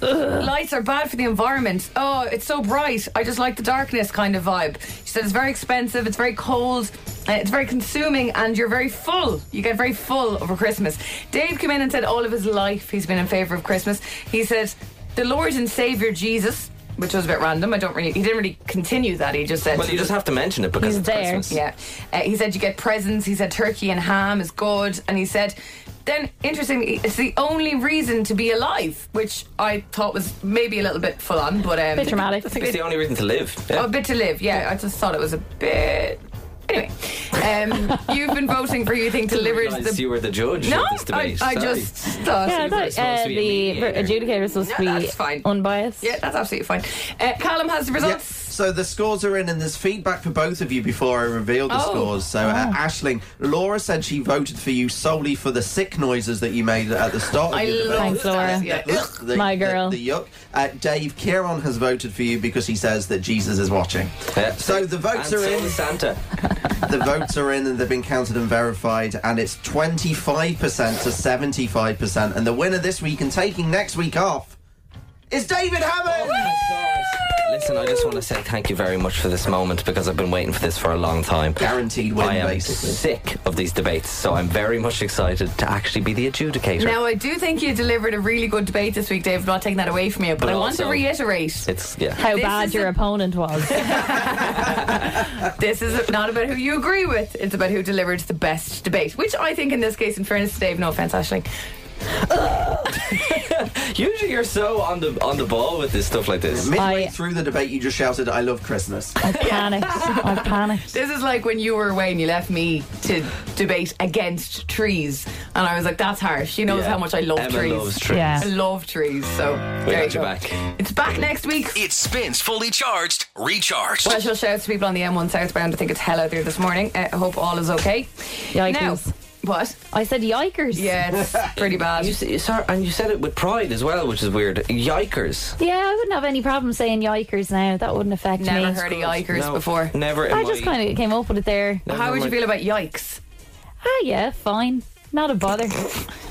[SPEAKER 7] ugh, lights are bad for the environment. Oh, it's so bright. I just like the darkness kind of vibe. She said it's very expensive, it's very cold, uh, it's very consuming, and you're very full. You get very full over Christmas. Dave came in and said all of his life he's been in favour of Christmas. He said, The Lord and Saviour Jesus, which was a bit random. I don't really, he didn't really continue that. He just said,
[SPEAKER 4] Well, you just have to mention it because
[SPEAKER 5] He's
[SPEAKER 4] it's
[SPEAKER 5] there.
[SPEAKER 4] Christmas.
[SPEAKER 7] yeah. Uh, he said you get presents. He said turkey and ham is good. And he said, then interestingly, it's the only reason to be alive, which I thought was maybe a little bit full on, but um,
[SPEAKER 5] Bit dramatic.
[SPEAKER 4] I think it's the only reason to live. Yeah.
[SPEAKER 7] Oh, a bit to live. Yeah, I just thought it was a bit. Anyway,
[SPEAKER 5] [laughs]
[SPEAKER 7] um, you've been voting for who you think delivers
[SPEAKER 4] Realised
[SPEAKER 7] the.
[SPEAKER 4] you were the judge
[SPEAKER 7] no,
[SPEAKER 4] of this
[SPEAKER 7] I,
[SPEAKER 4] debate.
[SPEAKER 7] I
[SPEAKER 4] Sorry.
[SPEAKER 7] just thought.
[SPEAKER 5] Yeah, I
[SPEAKER 4] Super
[SPEAKER 5] thought
[SPEAKER 4] supposed
[SPEAKER 5] uh,
[SPEAKER 4] to be
[SPEAKER 5] the
[SPEAKER 4] an
[SPEAKER 5] ver- adjudicator was supposed
[SPEAKER 7] No,
[SPEAKER 5] to be
[SPEAKER 7] that's fine.
[SPEAKER 5] unbiased.
[SPEAKER 7] Yeah, that's absolutely fine. Uh, Callum has the
[SPEAKER 6] Yeah,
[SPEAKER 7] results.
[SPEAKER 6] So the scores are in, and there's feedback for both of you before I reveal the
[SPEAKER 7] Oh.
[SPEAKER 6] scores. So, uh, Ashling, Laura said she voted for you solely for the sick noises that you made at the start. Of
[SPEAKER 7] I
[SPEAKER 6] your
[SPEAKER 7] love
[SPEAKER 6] debate.
[SPEAKER 5] Thanks, Laura.
[SPEAKER 7] Yeah.
[SPEAKER 6] The- ugh, the-
[SPEAKER 5] My
[SPEAKER 6] the-
[SPEAKER 5] girl.
[SPEAKER 6] The, yuck. Uh, Dave Kieron has voted for you because he says that Jesus is watching.
[SPEAKER 4] Yeah.
[SPEAKER 6] So the votes
[SPEAKER 4] And
[SPEAKER 6] are
[SPEAKER 4] so
[SPEAKER 6] in.
[SPEAKER 4] is Santa.
[SPEAKER 6] The votes are in and they've been counted and verified, and it's 25% to 75%. And the winner this week and taking next week off is David Hammond!
[SPEAKER 4] Listen, I just want to say thank you very much for this moment because I've been waiting for this for a long time.
[SPEAKER 6] Guaranteed win,
[SPEAKER 4] I am
[SPEAKER 6] basically.
[SPEAKER 4] sick of these debates, so I'm very much excited to actually be the adjudicator.
[SPEAKER 7] Now, I do think you delivered a really good debate this week, Dave. I'm not taking that away from you, but,
[SPEAKER 4] But
[SPEAKER 7] I want to
[SPEAKER 4] also-
[SPEAKER 7] reiterate
[SPEAKER 4] it's yeah.
[SPEAKER 5] How
[SPEAKER 7] This
[SPEAKER 5] bad
[SPEAKER 7] is
[SPEAKER 5] your
[SPEAKER 7] a-
[SPEAKER 5] opponent was.
[SPEAKER 7] This is not about who you agree with. It's about who delivered the best debate, which I think in this case, in fairness to Dave, no offence, Ashley.
[SPEAKER 4] Usually you're so on the on the ball with this stuff like this.
[SPEAKER 6] Midway
[SPEAKER 5] I-
[SPEAKER 6] through the debate, you just shouted, I love Christmas.
[SPEAKER 5] panicked. I
[SPEAKER 4] [laughs]
[SPEAKER 5] panicked.
[SPEAKER 7] This is like when you were away and you left me to debate against trees. And I was like, that's harsh. She knows
[SPEAKER 4] Yeah.
[SPEAKER 7] how much I love
[SPEAKER 4] Emma
[SPEAKER 7] trees.
[SPEAKER 4] loves trees.
[SPEAKER 5] Yeah.
[SPEAKER 7] I love trees. So
[SPEAKER 4] We
[SPEAKER 7] there
[SPEAKER 4] got you
[SPEAKER 7] you go.
[SPEAKER 4] back.
[SPEAKER 7] It's back next week.
[SPEAKER 1] It spins fully charged, recharged.
[SPEAKER 7] Special shout to people on the M1 Southbound. I think it's hell out there this morning. Uh, I hope all is okay. Now,
[SPEAKER 5] Yikers.
[SPEAKER 7] what?
[SPEAKER 5] I said yikers.
[SPEAKER 7] Yeah, it's pretty bad.
[SPEAKER 4] [laughs] You, s- you sor- and you said it with pride as well, which is weird. Yikers.
[SPEAKER 5] Yeah, I wouldn't have any problem saying yikers now. That wouldn't affect
[SPEAKER 7] Never
[SPEAKER 5] me.
[SPEAKER 7] heard of yikers
[SPEAKER 4] No,
[SPEAKER 7] before.
[SPEAKER 4] Never. in
[SPEAKER 5] I just
[SPEAKER 4] my-
[SPEAKER 5] kind of came up with it there.
[SPEAKER 4] never
[SPEAKER 7] How
[SPEAKER 4] in
[SPEAKER 7] would you
[SPEAKER 4] my-
[SPEAKER 7] feel about yikes?
[SPEAKER 5] Ah, yeah, fine. Not a bother.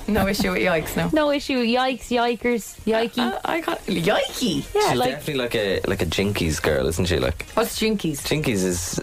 [SPEAKER 7] No issue with yikes, no.
[SPEAKER 8] No issue. Yikes, yikers,
[SPEAKER 4] [laughs]
[SPEAKER 8] yikey.
[SPEAKER 7] Uh, I can't. Yikey!
[SPEAKER 8] Yeah,
[SPEAKER 4] She's
[SPEAKER 8] like
[SPEAKER 4] definitely like a like a Jinkies girl, isn't she? Like
[SPEAKER 7] What's Jinkies?
[SPEAKER 4] Jinkies is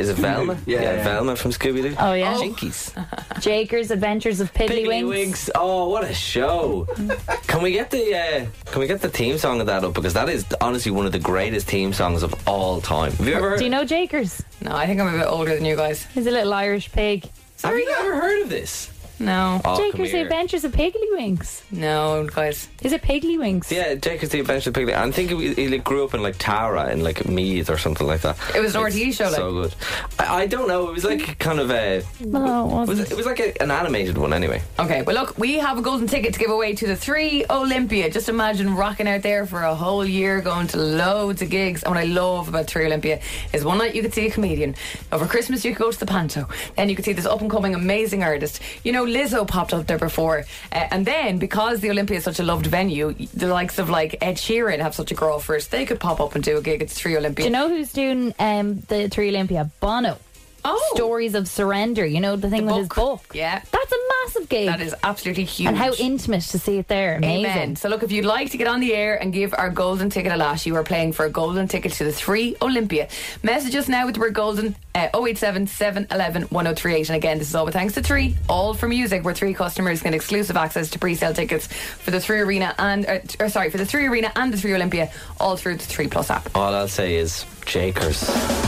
[SPEAKER 4] is it Velma?
[SPEAKER 11] Yeah, yeah.
[SPEAKER 4] Velma from Scooby Doo.
[SPEAKER 8] Oh, yeah.
[SPEAKER 4] Jinkies.
[SPEAKER 8] Jaker's Adventures of
[SPEAKER 4] Piggly
[SPEAKER 8] Piddlywinks.
[SPEAKER 4] Wigs. Oh, what a show!
[SPEAKER 8] Mm.
[SPEAKER 4] can we get the uh, can we get the theme song of that up because that is honestly one of the greatest theme songs of all time. Have you ever heard,
[SPEAKER 8] Do you know Jaker's?
[SPEAKER 7] No, I think I'm a bit older than you guys.
[SPEAKER 8] He's a little Irish pig.
[SPEAKER 4] have you ever heard of this?
[SPEAKER 7] No,
[SPEAKER 4] Oh, come
[SPEAKER 8] Jaker's The
[SPEAKER 4] here.
[SPEAKER 8] Adventures of Piglywinks.
[SPEAKER 7] no, guys.
[SPEAKER 8] Is it Piglywinks?
[SPEAKER 4] Yeah, Jacob the Adventure of Piggly. I think he, he like, grew up in like Tara in like Meath or something like that.
[SPEAKER 7] It was an RTE show, like.
[SPEAKER 4] So good. I, I don't know. It was like kind of a.
[SPEAKER 8] No, it
[SPEAKER 4] Was
[SPEAKER 8] wasn't.
[SPEAKER 4] it, it was like a, an animated one anyway.
[SPEAKER 7] Okay, well, look, we have a golden ticket to give away to the three Olympia. Just imagine rocking out there for a whole year, going to loads of gigs. And what I love about three Olympia is one night you could see a comedian. Over Christmas, you could go to the Panto. Then you could see this up and coming amazing artist. You know, Lizzo popped up there before. Uh, and then, because the Olympia is such a loved venue, the likes of like Ed Sheeran have such a girl first, they could pop up and do a gig at the three Olympia.
[SPEAKER 8] Do you know who's doing um, the Three Olympia? Bono.
[SPEAKER 7] oh,
[SPEAKER 8] Stories of Surrender. You know the thing
[SPEAKER 7] The
[SPEAKER 8] with
[SPEAKER 7] book.
[SPEAKER 8] his book.
[SPEAKER 7] Yeah.
[SPEAKER 8] that's a massive gig.
[SPEAKER 7] that is absolutely huge.
[SPEAKER 8] and how intimate to see it there. Amazing.
[SPEAKER 7] Amen. So, look, if you'd like to get on the air and give our golden ticket a lash, you are playing for a golden ticket to the three Olympia. Message us now with the word golden uh, 087 711 1038. And again, this is all with thanks to three, all for music, where three customers get exclusive access to pre sale tickets for the three arena and, uh, t- or sorry, for the three arena and the three Olympia, all through the three plus app.
[SPEAKER 4] All I'll say is Jakers.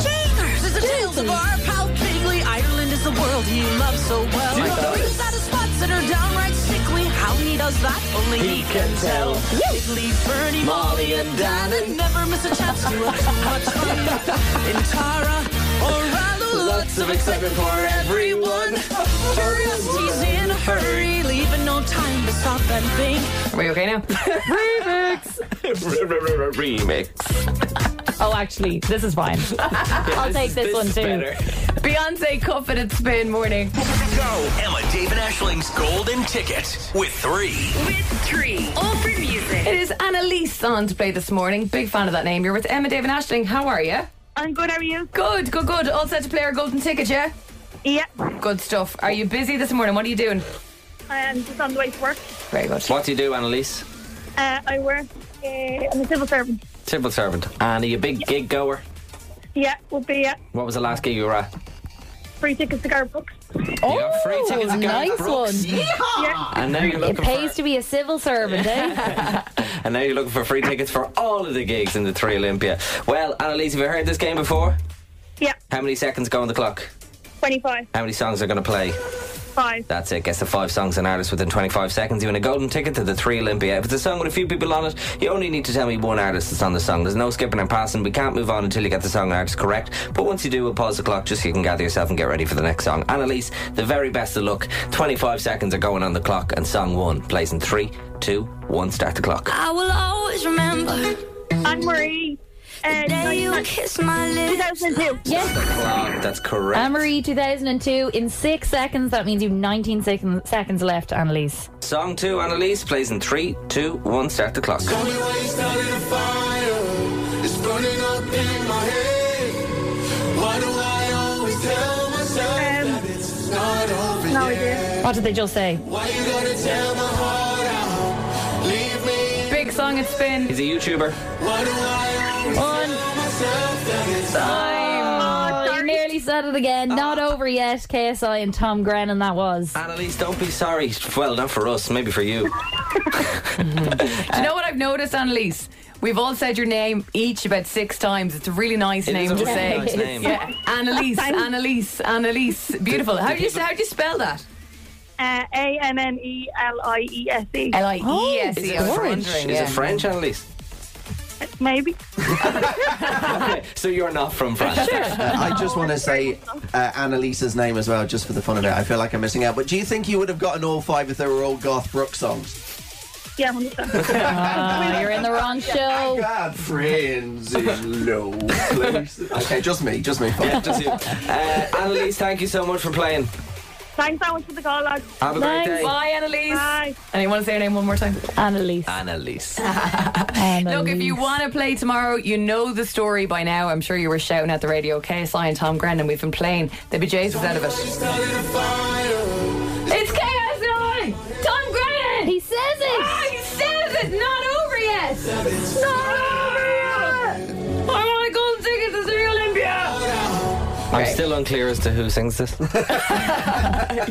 [SPEAKER 12] Jingers is a tale of our pal Pigley. Ireland is the world he loves so well. Brings out his spots that are downright sickly. How he does that, only he, can tell. Piggly, Bernie, Molly, and Dan, and never miss a chance to have much [laughs] fun. In Tara or Ralu, lots of excitement for everyone. Curiosity's in a hurry, leaving no time to stop and think.
[SPEAKER 7] Are we okay now?
[SPEAKER 4] Remix.
[SPEAKER 8] Oh, actually, this is fine. I'll take this, one
[SPEAKER 4] is
[SPEAKER 8] too.
[SPEAKER 4] better.
[SPEAKER 7] Beyonce Cup and it's Spin morning.
[SPEAKER 1] Emma, Dave, and Ashling's golden ticket with three.
[SPEAKER 13] With three. All for music.
[SPEAKER 7] It is Annalise on to play this morning. Big fan of that name. You're with Emma, David, and Ashling. How are you?
[SPEAKER 5] I'm good. How are you?
[SPEAKER 7] Good, good, good. All set to play our golden ticket, yeah?
[SPEAKER 5] Yeah,
[SPEAKER 7] Good stuff. Are you busy this morning? What are you doing?
[SPEAKER 5] I'm just on the way to work.
[SPEAKER 7] Very good.
[SPEAKER 4] What do you do, Annalise?
[SPEAKER 5] Uh, I work. Uh, I'm a civil servant.
[SPEAKER 4] Civil servant. And are you a big gig goer?
[SPEAKER 5] Yeah, would be uh,
[SPEAKER 4] What was the last gig you were at?
[SPEAKER 5] free tickets to Garth Brooks.
[SPEAKER 4] you got free tickets to Garth
[SPEAKER 8] Oh,
[SPEAKER 4] Brooks.
[SPEAKER 8] nice one.
[SPEAKER 4] And now you're
[SPEAKER 8] It
[SPEAKER 4] looking
[SPEAKER 8] pays
[SPEAKER 4] for,
[SPEAKER 8] to be a civil servant, eh?
[SPEAKER 4] and now you're looking for free tickets for all of the gigs in the three Olympia. Well, Annalise, have you heard this game before?
[SPEAKER 5] Yeah,
[SPEAKER 4] How many seconds go on the clock?
[SPEAKER 5] 25,
[SPEAKER 4] How many songs are going to play?
[SPEAKER 5] 5.
[SPEAKER 4] That's it. Guess the five songs and artists within 25 seconds. You win a golden ticket to the three Olympia. If it's a song with a few people on it, you only need to tell me one artist that's on the song. There's no skipping and passing. We can't move on until you get the song and artist correct. But once you do, we'll pause the clock just so you can gather yourself and get ready for the next song. Annalise, the very best of luck. 25 seconds are going on the clock, and song one plays in three, two, one. Start the clock.
[SPEAKER 14] I will always remember
[SPEAKER 5] Anne Marie. Uh,
[SPEAKER 14] day you
[SPEAKER 5] 1992.
[SPEAKER 14] kissed my lips.
[SPEAKER 5] 2002.
[SPEAKER 8] yes.
[SPEAKER 4] Clock. That's correct.
[SPEAKER 8] Anne-Marie 2002 in six seconds. That means you've 19 second, seconds left, Annalise.
[SPEAKER 4] Song two, Annalise, plays in three, two, one. Start the clock.
[SPEAKER 5] Um, no idea.
[SPEAKER 8] What did they just say?
[SPEAKER 7] Big song at Spin.
[SPEAKER 4] He's a YouTuber.
[SPEAKER 8] One.
[SPEAKER 7] Time.
[SPEAKER 8] Oh, you nearly said it again. Not over yet. KSI and Tom Grennan, that was.
[SPEAKER 4] Annalise, don't be sorry. Well, not for us, maybe for you.
[SPEAKER 7] Do you know what I've noticed, Annalise? We've all said your name each about six times. It's a really nice
[SPEAKER 4] It
[SPEAKER 7] name
[SPEAKER 4] is a
[SPEAKER 7] to
[SPEAKER 4] really
[SPEAKER 7] say.
[SPEAKER 4] nice name.
[SPEAKER 7] Yeah, Annalise, Annalise, Annalise. Beautiful. How do you how do you spell that?
[SPEAKER 5] Uh, A-N-N-E-L-I-E-S-E.
[SPEAKER 7] L I E S
[SPEAKER 4] Is
[SPEAKER 7] E.
[SPEAKER 4] it
[SPEAKER 7] I was
[SPEAKER 4] French?
[SPEAKER 7] wondering.
[SPEAKER 4] Is
[SPEAKER 7] yeah.
[SPEAKER 4] it French, Annalise?
[SPEAKER 5] Maybe.
[SPEAKER 4] Okay, [laughs] so you're not from France.
[SPEAKER 6] Uh, I just want to say uh, Annalisa's name as well, just for the fun of it. I feel like I'm missing out. But do you think you would have gotten all five if they were all Garth Brooks songs?
[SPEAKER 5] Yeah, 100%.
[SPEAKER 8] Oh, you're in the wrong show.
[SPEAKER 6] Bad friends in low places. [laughs] Okay, just me, just me. Fine.
[SPEAKER 4] Yeah, just you. Uh, Annalise, thank you so much for playing.
[SPEAKER 5] Thanks so much for the call, lads.
[SPEAKER 4] Have a great
[SPEAKER 8] Thanks.
[SPEAKER 4] day.
[SPEAKER 7] Bye, Annalise.
[SPEAKER 5] Bye.
[SPEAKER 7] And you want to say your name one more time?
[SPEAKER 8] Annalise.
[SPEAKER 4] Annalise.
[SPEAKER 8] Annalise.
[SPEAKER 7] Look, if you want to play tomorrow, you know the story by now. I'm sure you were shouting at the radio. KSI and Tom Grennan, we've been playing. The BJs is out of it. It's KSI! Tom Grennan! I want a gold ticket to the Olympia.
[SPEAKER 4] I'm still unclear as to who sings this.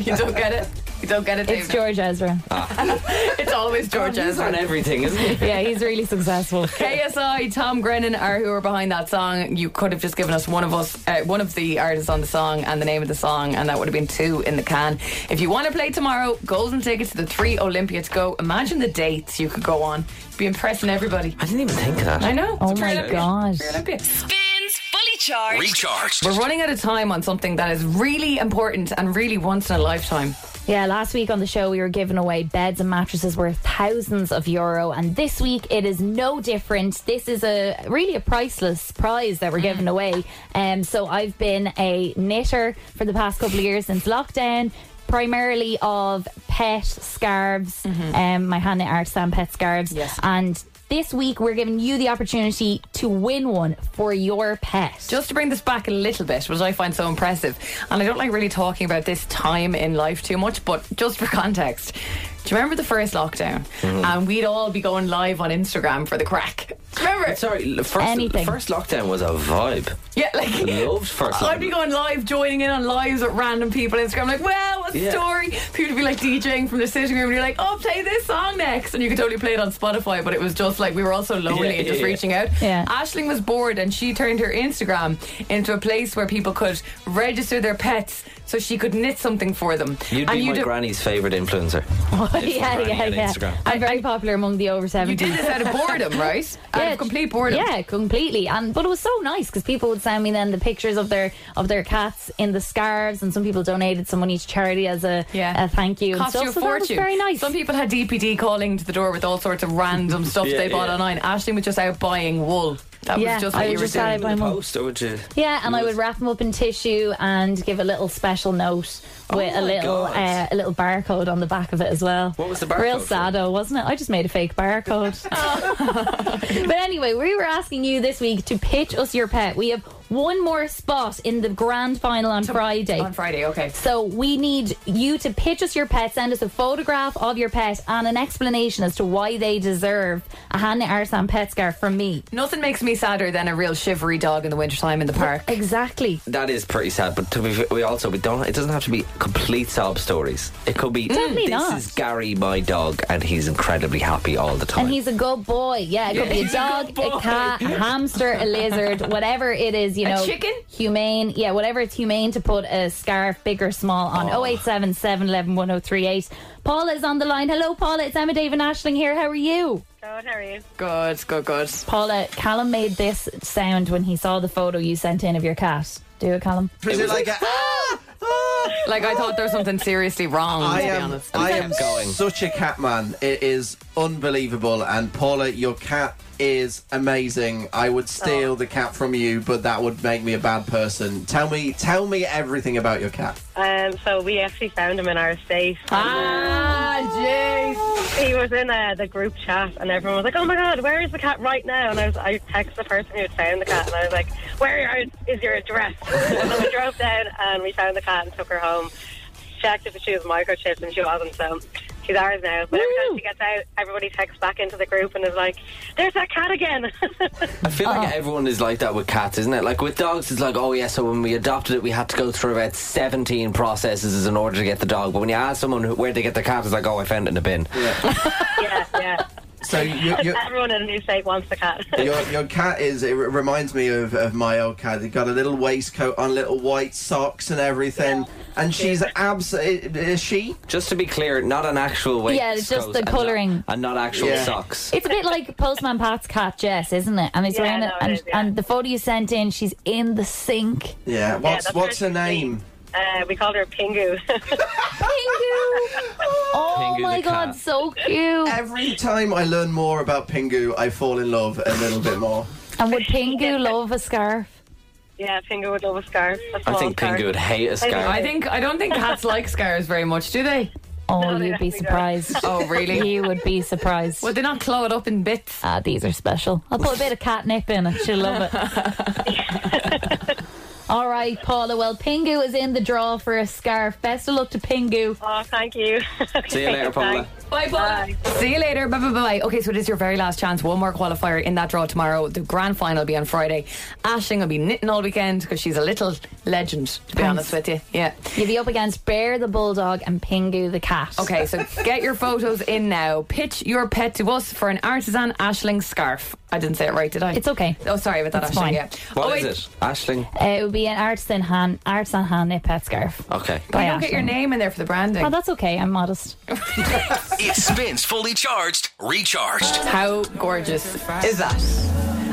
[SPEAKER 7] [laughs] you don't get it. You don't get it.
[SPEAKER 8] It's George Ezra.
[SPEAKER 7] it's always George
[SPEAKER 4] He's on
[SPEAKER 7] Ezra.
[SPEAKER 4] everything, isn't he?
[SPEAKER 8] yeah, he's really [laughs] successful.
[SPEAKER 7] KSI, Tom Grennan are who are behind that song. You could have just given us one of us, uh, one of the artists on the song and the name of the song, and that would have been two in the can. If you want to play tomorrow, golden tickets to the three Olympia to go. Imagine the dates you could go on. Be impressing everybody.
[SPEAKER 4] I didn't even think of that.
[SPEAKER 7] I know.
[SPEAKER 8] Oh
[SPEAKER 7] It's a
[SPEAKER 8] my
[SPEAKER 7] Olympia.
[SPEAKER 8] gosh.
[SPEAKER 7] Olympia.
[SPEAKER 15] Spins fully charged.
[SPEAKER 1] Recharged.
[SPEAKER 7] We're running out of time on something that is really important and really once in a lifetime.
[SPEAKER 8] Yeah, last week on the show we were giving away beds and mattresses worth thousands of euro, and this week it is no different. This is a really a priceless prize that we're giving away. Um, so I've been a knitter for the past couple of years since lockdown. Primarily of pet scarves, um, my hand knit artisan pet scarves,
[SPEAKER 7] Yes.
[SPEAKER 8] and this week we're giving you the opportunity to win one for your pet.
[SPEAKER 7] Just to bring this back a little bit, which I find so impressive, and I don't like really talking about this time in life too much, but just for context, do you remember the first lockdown? And we'd all be going live on Instagram for the crack. Do you Remember?
[SPEAKER 4] Sorry, l- first,
[SPEAKER 8] Anything.
[SPEAKER 4] first lockdown was a vibe.
[SPEAKER 7] Yeah, like
[SPEAKER 4] I loved first
[SPEAKER 7] I'd be
[SPEAKER 4] lockdown.
[SPEAKER 7] going live, joining in on lives with random people on Instagram, like, well, what's
[SPEAKER 4] Yeah.
[SPEAKER 7] the story? People would be like DJing from the sitting room, and you're like, oh, play this song next. And you could totally play it on Spotify, but it was just like, we were all so lonely
[SPEAKER 4] Yeah,
[SPEAKER 7] and just
[SPEAKER 4] yeah, yeah.
[SPEAKER 7] reaching out.
[SPEAKER 8] Yeah.
[SPEAKER 7] Ashling was bored, and she turned her Instagram into a place where people could register their pets so she could knit something for them.
[SPEAKER 4] You'd be
[SPEAKER 7] and you
[SPEAKER 4] my
[SPEAKER 7] did-
[SPEAKER 4] granny's favourite influencer.
[SPEAKER 8] [laughs] yeah,
[SPEAKER 4] Granny
[SPEAKER 8] yeah,
[SPEAKER 4] on
[SPEAKER 8] yeah.
[SPEAKER 4] Instagram.
[SPEAKER 8] I'm very popular among the over 70s.
[SPEAKER 7] you did this out
[SPEAKER 4] [laughs]
[SPEAKER 7] of boredom, right? Out of complete boredom.
[SPEAKER 8] Yeah, completely. And but it was so nice because people would send me then the pictures of their of their cats in the scarves, and some people donated some money to charity as a
[SPEAKER 7] Yeah.
[SPEAKER 8] a thank you. and
[SPEAKER 7] Cost
[SPEAKER 8] stuff.
[SPEAKER 7] you a
[SPEAKER 8] so that was
[SPEAKER 7] fortune.
[SPEAKER 8] very nice.
[SPEAKER 7] Some people had DPD calling to the door with all sorts
[SPEAKER 4] [laughs]
[SPEAKER 7] of random stuff
[SPEAKER 4] Yeah,
[SPEAKER 7] they bought
[SPEAKER 4] yeah.
[SPEAKER 7] online. Ashley was just out buying wool. That
[SPEAKER 8] Yeah,
[SPEAKER 7] was just what
[SPEAKER 8] I
[SPEAKER 7] you
[SPEAKER 8] was
[SPEAKER 7] were
[SPEAKER 8] just
[SPEAKER 7] doing.
[SPEAKER 8] out buying- My mum.
[SPEAKER 4] Post, or would you?
[SPEAKER 8] yeah, and I would wrap them up in tissue and give a little special note with
[SPEAKER 4] Oh my
[SPEAKER 8] a little
[SPEAKER 4] God.
[SPEAKER 8] uh, a little barcode on the back of it as well.
[SPEAKER 4] What was the
[SPEAKER 8] Real
[SPEAKER 4] barcode for?
[SPEAKER 8] sad though, wasn't it? I just made a
[SPEAKER 4] [laughs]
[SPEAKER 8] fake barcode. [laughs] but anyway, we were asking you this week to pitch us your pet. We have one more spot in the grand final on Friday.
[SPEAKER 7] On Friday, okay.
[SPEAKER 8] So we need you to pitch us your pet, send us a photograph of your pet and an explanation as to why they deserve a Hannah Arsan pet scarf from me.
[SPEAKER 7] Nothing makes me sadder than a real shivery dog in the wintertime in the
[SPEAKER 8] [laughs]
[SPEAKER 7] park.
[SPEAKER 8] Exactly.
[SPEAKER 4] That is pretty sad, but to be fair, we also we don't. It doesn't have to be complete sob stories. It could be
[SPEAKER 8] Definitely
[SPEAKER 4] this
[SPEAKER 8] not.
[SPEAKER 4] is Gary, my dog, and he's incredibly happy all the time.
[SPEAKER 8] And he's a good boy. Yeah, it could be a dog, a cat, a hamster, a lizard, whatever it is, you
[SPEAKER 7] A
[SPEAKER 8] know.
[SPEAKER 7] chicken?
[SPEAKER 8] Humane. Yeah, whatever it's humane to put a scarf, big or small, on oh. 087 711 1038. Paula is on the line. Hello, Paula. It's Emma, Dave, and Ashling here. How are you?
[SPEAKER 12] God, how are you?
[SPEAKER 7] Good, good, good.
[SPEAKER 8] Paula, Callum made this sound when he saw the photo you sent in of your cat. Do it, Callum.
[SPEAKER 6] Was it like a, ah, ah.
[SPEAKER 7] Like I thought there was something seriously wrong.
[SPEAKER 6] I
[SPEAKER 7] to be
[SPEAKER 6] am,
[SPEAKER 7] honest,
[SPEAKER 6] I am
[SPEAKER 4] going.
[SPEAKER 6] such a cat man. It is unbelievable. And Paula, your cat is amazing. I would steal the cat from you, but that would make me a bad person. Tell me, tell me everything about your cat.
[SPEAKER 12] Um, so we actually found him in our estate.
[SPEAKER 7] ah, jeez.
[SPEAKER 12] He was in uh, the group chat, and everyone was like, "Oh my god, where is the cat right now?" And I was, I texted the person who had found the cat, and I was like, "Where are- is your address?" [laughs] and then we drove down, and we found the cat and took her home. Checked if she was microchipped, and she wasn't. So she's ours now. But every time she gets out, everybody texts back into the group and is like, "There's that cat
[SPEAKER 5] [laughs]
[SPEAKER 12] again."
[SPEAKER 4] I feel like everyone is like that with cats, isn't it? Like with dogs, it's like, oh yeah, so when we adopted it, we had to go through about 17 processes in order to get the dog. But when you ask someone who- where they get their cat, it's like, oh, I found it in a bin.
[SPEAKER 12] yeah, yeah.
[SPEAKER 6] So you, you,
[SPEAKER 12] Everyone in a new state wants the cat.
[SPEAKER 6] Your, your cat is, it r- reminds me of, of my old cat. He got a little waistcoat on, little white socks and everything. And she's absolutely, is she?
[SPEAKER 4] Just to be clear, not an actual weight.
[SPEAKER 8] Yeah, it's just
[SPEAKER 4] coat
[SPEAKER 8] the
[SPEAKER 4] and not-
[SPEAKER 8] colouring.
[SPEAKER 4] And not actual
[SPEAKER 6] Yeah.
[SPEAKER 4] socks.
[SPEAKER 8] It's a bit like Postman Pat's cat Jess, isn't it? And it's
[SPEAKER 12] Yeah,
[SPEAKER 8] wearing it,
[SPEAKER 12] no, it
[SPEAKER 8] and,
[SPEAKER 12] is, yeah.
[SPEAKER 8] and the photo you sent in, she's in the sink.
[SPEAKER 6] Yeah. What's
[SPEAKER 12] that's
[SPEAKER 6] what's her
[SPEAKER 12] her name.
[SPEAKER 6] name?
[SPEAKER 12] Uh, we called her Pingu.
[SPEAKER 8] Pingu! Oh
[SPEAKER 4] Pingu
[SPEAKER 8] my
[SPEAKER 4] the
[SPEAKER 8] god,
[SPEAKER 4] cat.
[SPEAKER 8] so cute!
[SPEAKER 6] Every time I learn more about Pingu, I fall in love a little bit more.
[SPEAKER 8] And would Pingu love a scarf?
[SPEAKER 12] [laughs] yeah, Pingu would love a scarf. A
[SPEAKER 4] I
[SPEAKER 12] small
[SPEAKER 4] think
[SPEAKER 12] scarf.
[SPEAKER 4] Pingu would hate a
[SPEAKER 7] I
[SPEAKER 4] scarf.
[SPEAKER 7] think I don't think cats like scarves very much, do they?
[SPEAKER 8] Oh,
[SPEAKER 12] No, they
[SPEAKER 8] you'd be
[SPEAKER 12] definitely don't.
[SPEAKER 8] surprised.
[SPEAKER 7] Oh, really?
[SPEAKER 8] You would be surprised.
[SPEAKER 12] [laughs]
[SPEAKER 7] Would they not claw it up in bits?
[SPEAKER 8] Ah, these are special. I'll put a bit of catnip in it. She'll love it.
[SPEAKER 12] [laughs]
[SPEAKER 8] All right, Paula. Well, Pingu is in the draw for a scarf. Best of luck to Pingu.
[SPEAKER 12] Oh, thank you.
[SPEAKER 4] See you later, Paula.
[SPEAKER 7] Bye, Paula. See you later. Bye, bye, bye. bye. Okay, so it is your very last chance. One more qualifier in that draw tomorrow. The grand final will be on Friday. Ashing will be knitting all weekend because she's a little legend, to be
[SPEAKER 8] Thanks.
[SPEAKER 7] honest with you. Yeah.
[SPEAKER 8] You'll be up against Bear the Bulldog and Pingu the Cat.
[SPEAKER 7] Okay, so get your photos in now. Pitch your pet to us for an artisan Ashling scarf. I didn't say it right, did I? It's
[SPEAKER 8] okay.
[SPEAKER 7] Oh, sorry about that,
[SPEAKER 8] It's
[SPEAKER 7] Ashling.
[SPEAKER 8] fine.
[SPEAKER 7] Yeah.
[SPEAKER 4] What
[SPEAKER 7] oh,
[SPEAKER 4] is
[SPEAKER 7] wait.
[SPEAKER 4] it? Ashling.
[SPEAKER 8] Uh, it would be an arts in hand, arts on hand knit pet scarf.
[SPEAKER 4] Okay.
[SPEAKER 7] You don't get your name in there for the branding.
[SPEAKER 8] Oh, that's okay. I'm modest.
[SPEAKER 1] It spins fully charged, recharged.
[SPEAKER 7] How gorgeous is that?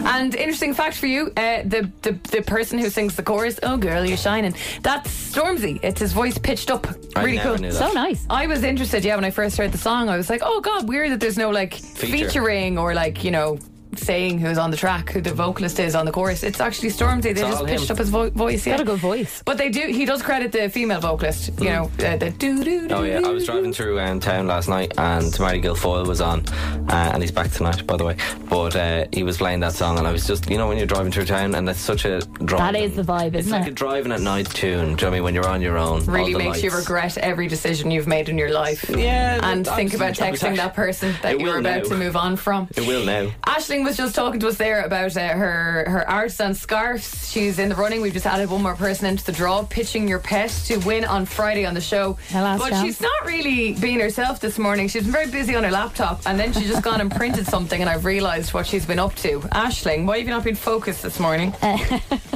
[SPEAKER 7] And interesting fact for you, uh, the, the the person who sings the chorus, "Oh girl, you're shining," that's Stormzy. It's his voice pitched up.
[SPEAKER 4] I
[SPEAKER 7] really
[SPEAKER 4] never
[SPEAKER 7] cool,
[SPEAKER 4] knew that. So
[SPEAKER 8] nice.
[SPEAKER 7] I was interested, yeah, when I first heard the song, I was like, "Oh god, weird that there's no like
[SPEAKER 4] Feature.
[SPEAKER 7] featuring or like you know." Saying who's on the track, who the vocalist is on the chorus. It's actually Stormzy. They
[SPEAKER 4] It's all
[SPEAKER 7] just pitched
[SPEAKER 4] him.
[SPEAKER 7] up his vo- voice. Yeah.
[SPEAKER 8] Got a good voice.
[SPEAKER 7] But they do. He does credit the female vocalist. You know, uh, the doo doo.
[SPEAKER 4] Oh yeah, I was driving through um, town last night, and Tamari Guilfoyle was on, uh, and he's back tonight, by the way. But uh, he was playing that song, and I was just, you know, when you're driving through town, and that's such a drive.
[SPEAKER 8] That is the vibe,
[SPEAKER 4] It's
[SPEAKER 8] isn't
[SPEAKER 4] like
[SPEAKER 8] it?
[SPEAKER 4] a driving at night tune. Do you know what I mean? When you're on your own, all
[SPEAKER 7] really
[SPEAKER 4] the
[SPEAKER 7] makes you
[SPEAKER 4] lights.
[SPEAKER 7] regret every decision you've made in your life.
[SPEAKER 4] Yeah,
[SPEAKER 7] And
[SPEAKER 4] that-
[SPEAKER 7] think about
[SPEAKER 4] that was
[SPEAKER 7] texting
[SPEAKER 4] actually-
[SPEAKER 7] that person
[SPEAKER 4] It
[SPEAKER 7] that you
[SPEAKER 4] will
[SPEAKER 7] were about
[SPEAKER 4] now.
[SPEAKER 7] to move on from.
[SPEAKER 4] It will now.
[SPEAKER 7] Ashling was just talking to us there about uh, her her arts and scarves. She's in the running. We've just added one more person into the draw, pitching your pet to win on Friday on the show.
[SPEAKER 8] last
[SPEAKER 7] but
[SPEAKER 8] chance.
[SPEAKER 7] she's not really being herself this morning. She's been very busy on her laptop, and then she's just gone and printed something, and I've realised what she's been up to. Ashling, why have you not been focused this morning? [laughs]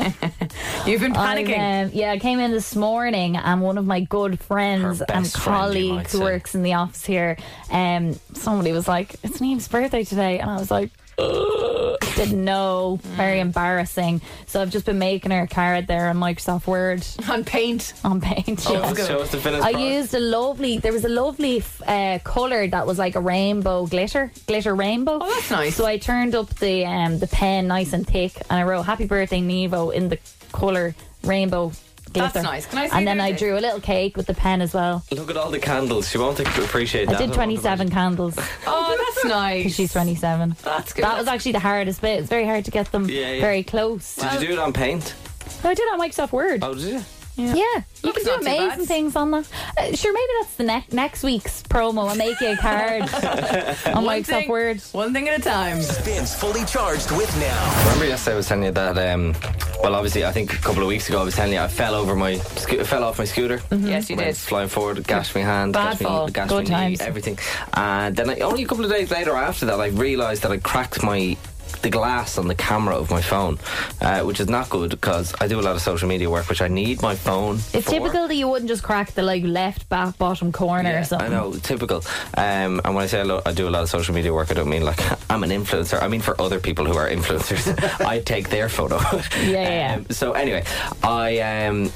[SPEAKER 7] You've been panicking.
[SPEAKER 8] I, um, yeah, I came in this morning, and one of my good friends
[SPEAKER 7] Her
[SPEAKER 8] and
[SPEAKER 7] best friend, you
[SPEAKER 8] colleague
[SPEAKER 7] might
[SPEAKER 8] who
[SPEAKER 7] say.
[SPEAKER 8] works in the office here, um, somebody was like, "It's Neve's birthday today," and I was like. "Ugh." Didn't know, very
[SPEAKER 7] Mm.
[SPEAKER 8] embarrassing. So I've just been making her a card there on Microsoft Word,
[SPEAKER 7] [laughs] on Paint, Oh,
[SPEAKER 8] on Paint.
[SPEAKER 4] Show
[SPEAKER 8] yeah.
[SPEAKER 4] us- show us the finished
[SPEAKER 8] I
[SPEAKER 4] product.
[SPEAKER 8] used a lovely. There was a lovely uh, color that was like a rainbow glitter, glitter rainbow. Oh, that's
[SPEAKER 7] nice.
[SPEAKER 8] So I turned up the um, the pen nice and thick, and I wrote "Happy Birthday Nevo" in the color rainbow. Glitter.
[SPEAKER 7] That's nice. Can I see
[SPEAKER 8] and then
[SPEAKER 7] those
[SPEAKER 8] I
[SPEAKER 7] days?
[SPEAKER 8] drew a little cake with the pen as well.
[SPEAKER 4] Look at all the candles. She won't appreciate
[SPEAKER 8] I
[SPEAKER 4] that.
[SPEAKER 8] did 27 candles.
[SPEAKER 7] [laughs] Oh, that's nice.
[SPEAKER 8] [laughs] 'Cause she's 27.
[SPEAKER 7] That's good.
[SPEAKER 8] That was actually the hardest bit. It's very hard to get them
[SPEAKER 4] Yeah, yeah.
[SPEAKER 8] very close.
[SPEAKER 4] Did you do it on paint?
[SPEAKER 8] No, I did it on Microsoft Word.
[SPEAKER 4] Oh, did you?
[SPEAKER 8] Yeah, you can do
[SPEAKER 7] not too bad.
[SPEAKER 8] amazing things on that. Uh, sure, maybe that's the ne- next week's promo. I'll make you a card [laughs] on
[SPEAKER 7] One
[SPEAKER 8] Microsoft
[SPEAKER 7] thing-
[SPEAKER 8] Word.
[SPEAKER 7] One thing at a time.
[SPEAKER 1] Spins fully charged with now.
[SPEAKER 4] Remember yesterday I was telling you that. Um, well, obviously, I think a couple of weeks ago I was telling you I fell over my sco- fell off my scooter.
[SPEAKER 7] Mm-hmm. Yes, you
[SPEAKER 4] Went
[SPEAKER 7] did.
[SPEAKER 4] Flying forward, gashed my hand,
[SPEAKER 7] Bad
[SPEAKER 4] gashed
[SPEAKER 7] fall.
[SPEAKER 4] me, gashed
[SPEAKER 7] Good
[SPEAKER 4] my
[SPEAKER 7] times.
[SPEAKER 4] knee, everything. And then I, only a couple of days later after that, I realised that I cracked my the glass on the camera of my phone, uh, which is not good because I do a lot of social media work, which I need my phone.
[SPEAKER 8] It's
[SPEAKER 4] for.
[SPEAKER 8] typical that you wouldn't just crack the like left back bottom corner or
[SPEAKER 4] I
[SPEAKER 8] something.
[SPEAKER 4] know, typical. Um, and when I say I, lo- I do a lot of social media work, I don't mean like [laughs] I'm an influencer. I mean for other people who are
[SPEAKER 8] [laughs]
[SPEAKER 4] influencers, I take their photo. [laughs]
[SPEAKER 8] Yeah, yeah.
[SPEAKER 4] Um, so anyway, I um,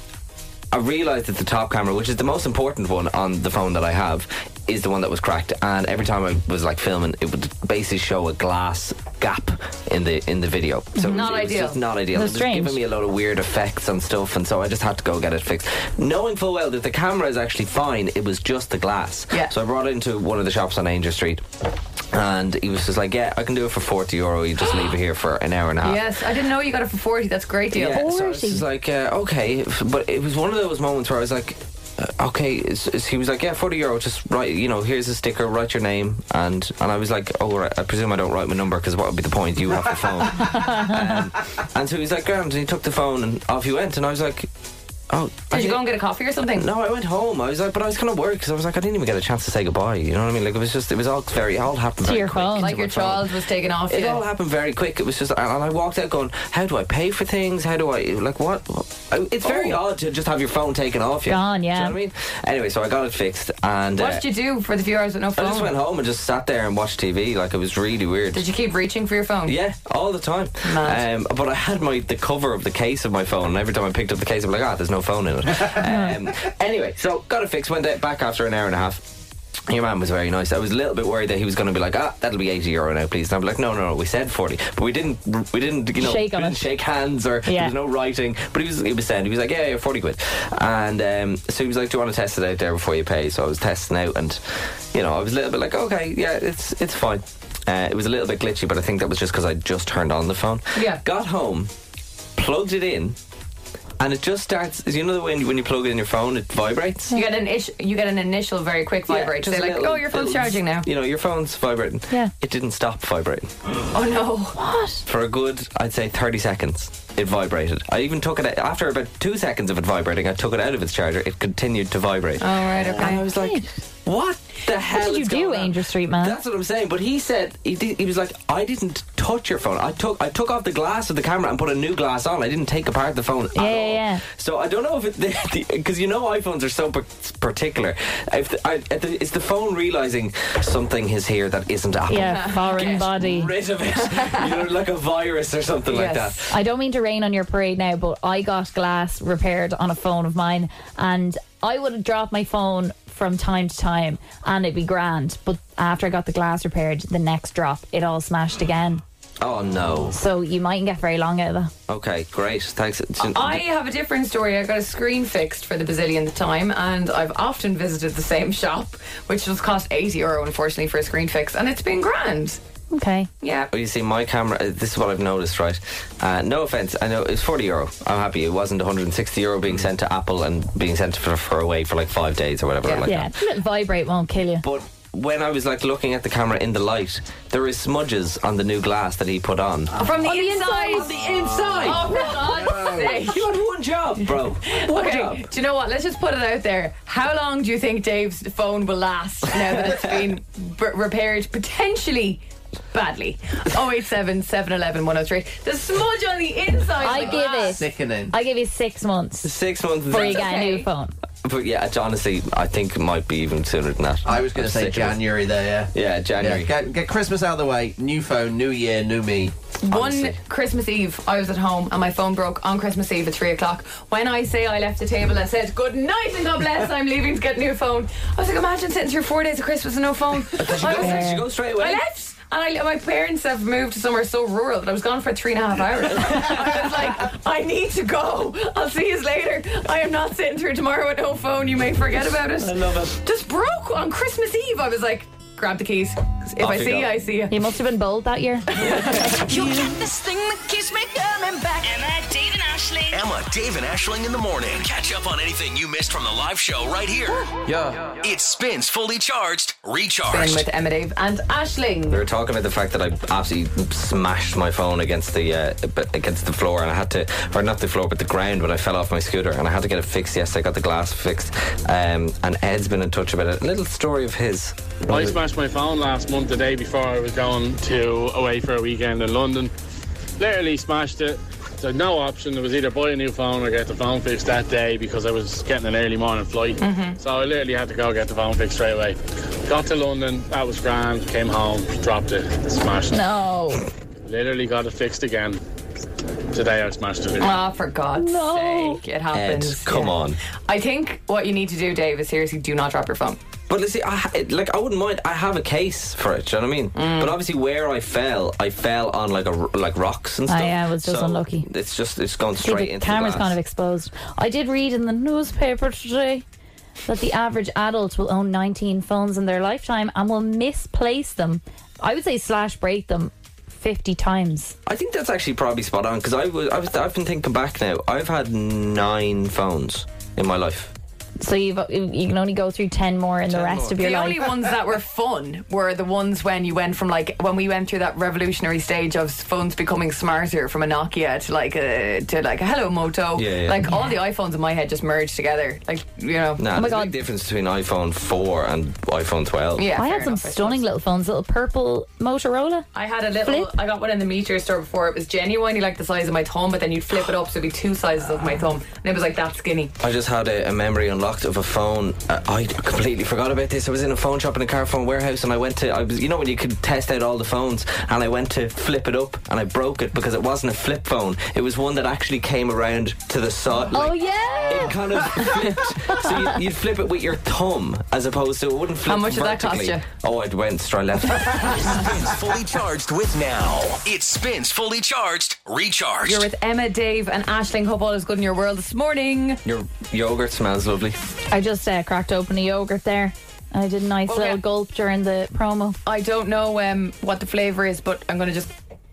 [SPEAKER 4] I realised that the top camera, which is the most important one on the phone that I have, is the one that was cracked. And every time I was like filming, it would basically show a glass gap in the in the video. So it was-
[SPEAKER 7] Not
[SPEAKER 4] it was
[SPEAKER 7] ideal.
[SPEAKER 4] just not ideal.
[SPEAKER 8] That's
[SPEAKER 4] It was giving
[SPEAKER 8] strange.
[SPEAKER 4] me a lot of weird effects and stuff, and so I just had to go get it fixed, knowing full well that the camera is actually fine. It was just the glass.
[SPEAKER 7] Yeah.
[SPEAKER 4] So I brought it into one of the shops on Angel Street. And he was just like, "Yeah, I can do it for forty euro. You just leave it here for an hour and a half."
[SPEAKER 7] Yes, I didn't know you got it for 40. That's a great deal.
[SPEAKER 4] Yeah, so it's just like, uh, okay, f- but it was one of those moments where I was like, uh, okay, it's, it's- he was like, yeah, 40 euro, just write, you know, here's a sticker, write your name. And and I was like, oh, right, I presume I don't write my number because what would be the point? You have the
[SPEAKER 7] [laughs]
[SPEAKER 4] phone. um, and so he was like, grand. And he took the phone and off he went. And I was like, oh. I
[SPEAKER 7] Did you
[SPEAKER 4] didn't-
[SPEAKER 7] go and get a coffee or something?
[SPEAKER 4] no, I went home. I was like, but I was going to work because I was like, I didn't even get a chance to say goodbye. You know what I mean? Like, it was just, it was all very, it all happened
[SPEAKER 8] To
[SPEAKER 4] very
[SPEAKER 8] your
[SPEAKER 4] quick.
[SPEAKER 8] phone.
[SPEAKER 4] To
[SPEAKER 7] Like
[SPEAKER 4] my
[SPEAKER 7] your child was taken off
[SPEAKER 4] it
[SPEAKER 7] you.
[SPEAKER 4] all happened very quick. It was just, and I walked out going, "How do I pay for things? How do I like what?" I- It's very
[SPEAKER 7] Oh.
[SPEAKER 4] odd to just have your phone taken off you.
[SPEAKER 8] Gone, yeah.
[SPEAKER 4] Do you know what I mean? Anyway, so I got it fixed, and uh,
[SPEAKER 7] What did you do for the few hours with no
[SPEAKER 4] I
[SPEAKER 7] phone?
[SPEAKER 4] just went home and just sat there and watched TV. Like it was really weird.
[SPEAKER 7] Did you keep reaching for your phone?
[SPEAKER 4] yeah, all the time.
[SPEAKER 7] Mad.
[SPEAKER 4] Um, but I had my the cover of the case of my phone, and every time I picked up the case, I'm like, ah, there's no phone in it.
[SPEAKER 8] [laughs]
[SPEAKER 4] um, anyway, so got it fixed. Went out back after an hour and a half. Your man was very nice. I was a little bit worried that he was going to be like, ah, that'll be eighty euro now, please. And I'm like, no, no, no, we said forty, but we didn't, we didn't, you know,
[SPEAKER 8] Shake on
[SPEAKER 4] we didn't
[SPEAKER 8] it.
[SPEAKER 4] shake hands or there
[SPEAKER 8] Yeah.
[SPEAKER 4] was no writing. But he was, he was saying, he was like, yeah, yeah, forty quid. And um, so he was like, do you want to test it out there before you pay? So I was testing out, and you know, I was a little bit like, okay, yeah, it's it's fine. Uh, it was a little bit glitchy, but I think that was just because I just turned on the phone.
[SPEAKER 7] Yeah.
[SPEAKER 4] Got home, plugged it in, and it just starts. You know the when when you plug it in your phone, it vibrates.
[SPEAKER 7] You get an ish, you get an initial very quick vibrate.
[SPEAKER 4] just
[SPEAKER 7] They're
[SPEAKER 4] a
[SPEAKER 7] like,
[SPEAKER 4] little-
[SPEAKER 7] oh, your phone's
[SPEAKER 4] little-
[SPEAKER 7] charging now.
[SPEAKER 4] You know your phone's vibrating.
[SPEAKER 7] Yeah.
[SPEAKER 4] It didn't stop vibrating
[SPEAKER 7] [gasps] Oh no! What?
[SPEAKER 4] for a good, I'd say, thirty seconds. It vibrated. I even took it after about two seconds of it vibrating. I took it out of its charger. It continued to vibrate.
[SPEAKER 7] All Oh, right. Okay.
[SPEAKER 4] I was like, what the hell?
[SPEAKER 8] What did you
[SPEAKER 4] is
[SPEAKER 8] do,
[SPEAKER 4] going on?
[SPEAKER 8] Angel Street man?
[SPEAKER 4] That's what I'm saying. But he said he did, he was like, I didn't touch your phone. I took I took off the glass of the camera and put a new glass on. I didn't take apart the phone.
[SPEAKER 8] yeah,
[SPEAKER 4] at
[SPEAKER 8] yeah, yeah.
[SPEAKER 4] so I don't know if it [laughs] because you know iPhones are so par- particular. If the, I, if the, it's the phone realizing something is here that isn't Apple.
[SPEAKER 8] Yeah, foreign body.
[SPEAKER 4] Rid of it, [laughs] you know, like a virus or something like that.
[SPEAKER 8] Yes. I don't mean to rain on your parade now, but I got glass repaired on a phone of mine, and I would have dropped my phone from time to time, and it'd be grand. But after I got the glass repaired, the next drop, it all smashed again.
[SPEAKER 4] Oh no.
[SPEAKER 8] So you mightn't get very long out of that.
[SPEAKER 4] Okay, great. Thanks.
[SPEAKER 7] I have a different story. I got a screen fixed for the bazillionth time, and I've often visited the same shop, which was cost eighty euro, unfortunately, for a screen fix, and it's been grand.
[SPEAKER 8] Okay.
[SPEAKER 7] Yeah.
[SPEAKER 4] Well, you see, my camera. uh, This is what I've noticed, right? Uh, no offense, I know it's forty euro. I'm happy it wasn't 160 euro being sent to Apple and being sent for, for away for like five days or whatever. Like
[SPEAKER 8] yeah,
[SPEAKER 4] that.
[SPEAKER 8] little vibrate won't kill you.
[SPEAKER 4] But when I was like looking at the camera in the light, there is smudges on the new glass that he put on.
[SPEAKER 7] From the
[SPEAKER 12] On the
[SPEAKER 7] inside.
[SPEAKER 12] inside. On the inside.
[SPEAKER 7] Oh, for God's sake.
[SPEAKER 4] You had one job, [laughs] bro. One
[SPEAKER 7] [laughs] okay,
[SPEAKER 4] job.
[SPEAKER 7] do you know what? Let's just put it out there. How long do you think Dave's phone will last now that it's been b- repaired potentially badly? 087 711 103. The smudge on the inside.
[SPEAKER 8] I give it.
[SPEAKER 16] Sickening.
[SPEAKER 8] I give you six months
[SPEAKER 4] Six months.
[SPEAKER 8] before you get a new phone.
[SPEAKER 4] But yeah, it's honestly, I think it might be even sooner than that.
[SPEAKER 16] I was going
[SPEAKER 4] I'm
[SPEAKER 16] to say
[SPEAKER 4] sick of it.
[SPEAKER 16] January there.
[SPEAKER 4] Yeah,
[SPEAKER 16] Yeah,
[SPEAKER 4] January.
[SPEAKER 16] get, get Christmas out of the way. New phone, new year, new me.
[SPEAKER 7] One Christmas Eve, I was at home and my phone broke on Christmas Eve at three o'clock. When I say I left the table, I said good night and God bless. I'm leaving to get a new phone. I was like, imagine sitting through four days of Christmas and
[SPEAKER 4] [laughs]
[SPEAKER 7] no phone.
[SPEAKER 4] Did you
[SPEAKER 7] I
[SPEAKER 4] go-
[SPEAKER 7] was like,
[SPEAKER 4] did you go straight away?
[SPEAKER 7] I left. And I, my parents have moved to somewhere so rural that I was gone for three and a half hours. [laughs] I was like, I need to go. I'll see you later. I am not sitting through tomorrow with no phone. You may forget about it. I
[SPEAKER 4] love it.
[SPEAKER 7] Just broke on Christmas Eve. I was like, grab the keys. If
[SPEAKER 4] Off
[SPEAKER 7] I
[SPEAKER 4] you
[SPEAKER 7] see
[SPEAKER 4] go.
[SPEAKER 7] you, I see you.
[SPEAKER 8] You must have been bold that year.
[SPEAKER 12] You get this thing that keeps me coming back.
[SPEAKER 2] Emma, Dave, and Ashling.
[SPEAKER 1] Emma, Dave, and Ashling in the morning. Catch up on anything you missed from the live show right here.
[SPEAKER 4] Yeah.
[SPEAKER 1] It spins fully charged,
[SPEAKER 7] Been
[SPEAKER 1] recharged.
[SPEAKER 7] with Emma Dave and Ashling.
[SPEAKER 4] We were talking about the fact that I absolutely smashed my phone against the uh, b- against the floor, and I had to, or not the floor, but the ground when I fell off my scooter, and I had to get it fixed. Yes, I got the glass fixed, um, and Ed's been in touch about it. A little story of his.
[SPEAKER 17] I smashed my phone last month, the day before I was going to away for a weekend in London. Literally smashed it. So no option. It was either buy a new phone or get the phone fixed that day because I was getting an early morning flight.
[SPEAKER 18] Mhm.
[SPEAKER 17] So I literally had to go get the phone fixed straight away. Got to London, that was grand. Came home, dropped it, smashed it.
[SPEAKER 8] [laughs] No.
[SPEAKER 17] Literally got it fixed again. Today I smashed it.
[SPEAKER 7] Ah, for God's sake, it
[SPEAKER 4] Ed,
[SPEAKER 7] happens.
[SPEAKER 4] come on.
[SPEAKER 7] I think what you need to do, Dave, is seriously do not drop your phone.
[SPEAKER 4] But let's see, I, ha- it- like I wouldn't mind. I have a case for it. Do you know what I mean?
[SPEAKER 8] Mm.
[SPEAKER 4] But obviously, where I fell, I fell on like a r- like rocks and
[SPEAKER 8] Oh,
[SPEAKER 4] stuff.
[SPEAKER 8] yeah, I was just unlucky.
[SPEAKER 4] It's just it's gone
[SPEAKER 8] See,
[SPEAKER 4] straight
[SPEAKER 8] the
[SPEAKER 4] into
[SPEAKER 8] camera's
[SPEAKER 4] the glass.
[SPEAKER 8] kind of exposed. I did read in the newspaper today that the average adult will own 19 phones in their lifetime and will misplace them. I would say slash break them 50 times.
[SPEAKER 4] I think that's actually probably spot on because I was, I was I've been thinking back now. I've had nine phones in my life.
[SPEAKER 8] So you've, you can only go through 10 more in the
[SPEAKER 4] 10
[SPEAKER 8] rest
[SPEAKER 4] more.
[SPEAKER 8] of your
[SPEAKER 7] the
[SPEAKER 8] life.
[SPEAKER 7] only ones that were fun were the ones when you went from like when we went through that revolutionary stage of phones becoming smarter from a Nokia to like a to like a Hello Moto.
[SPEAKER 4] Yeah, yeah.
[SPEAKER 7] Like all the iPhones in my head just merged together. Like you know.
[SPEAKER 8] Oh
[SPEAKER 7] Oh
[SPEAKER 4] Nah, there's a big difference between iPhone 4 and iPhone 12.
[SPEAKER 7] Yeah,
[SPEAKER 8] I
[SPEAKER 7] fair
[SPEAKER 8] had some
[SPEAKER 7] enough, I
[SPEAKER 8] stunning little phones, little purple Motorola.
[SPEAKER 7] I had a little. I got one in the meteor store before. It was genuinely like the size of my thumb, but then you'd flip it up, so it'd be two sizes of my thumb, and it was like that skinny.
[SPEAKER 4] I just had a, a memory unlocked of a phone. Uh, I completely forgot about this. I was in a phone shop in a car phone warehouse, and I went to. I was, you know, when you could test out all the phones, and I went to flip it up, and I broke it because it wasn't a flip phone. It was one that actually came around to the side. like,
[SPEAKER 8] oh, yeah.
[SPEAKER 4] It kind of flipped. So you, you'd flip it with your thumb as opposed to it wouldn't flip
[SPEAKER 7] How much did that cost
[SPEAKER 4] vertically.
[SPEAKER 7] you?
[SPEAKER 4] Oh, I went straight left.
[SPEAKER 7] [laughs]
[SPEAKER 1] spins fully charged with now. It spins fully charged, recharged.
[SPEAKER 7] You're with Emma, Dave, and Ashling. Hope all is good in your world this morning.
[SPEAKER 4] your yogurt smells lovely.
[SPEAKER 8] I just uh, cracked open a yogurt there. I did a nice
[SPEAKER 7] Oh,
[SPEAKER 8] little
[SPEAKER 7] yeah.
[SPEAKER 8] gulp during the promo.
[SPEAKER 7] I don't know um, what the flavour is, but I'm going to just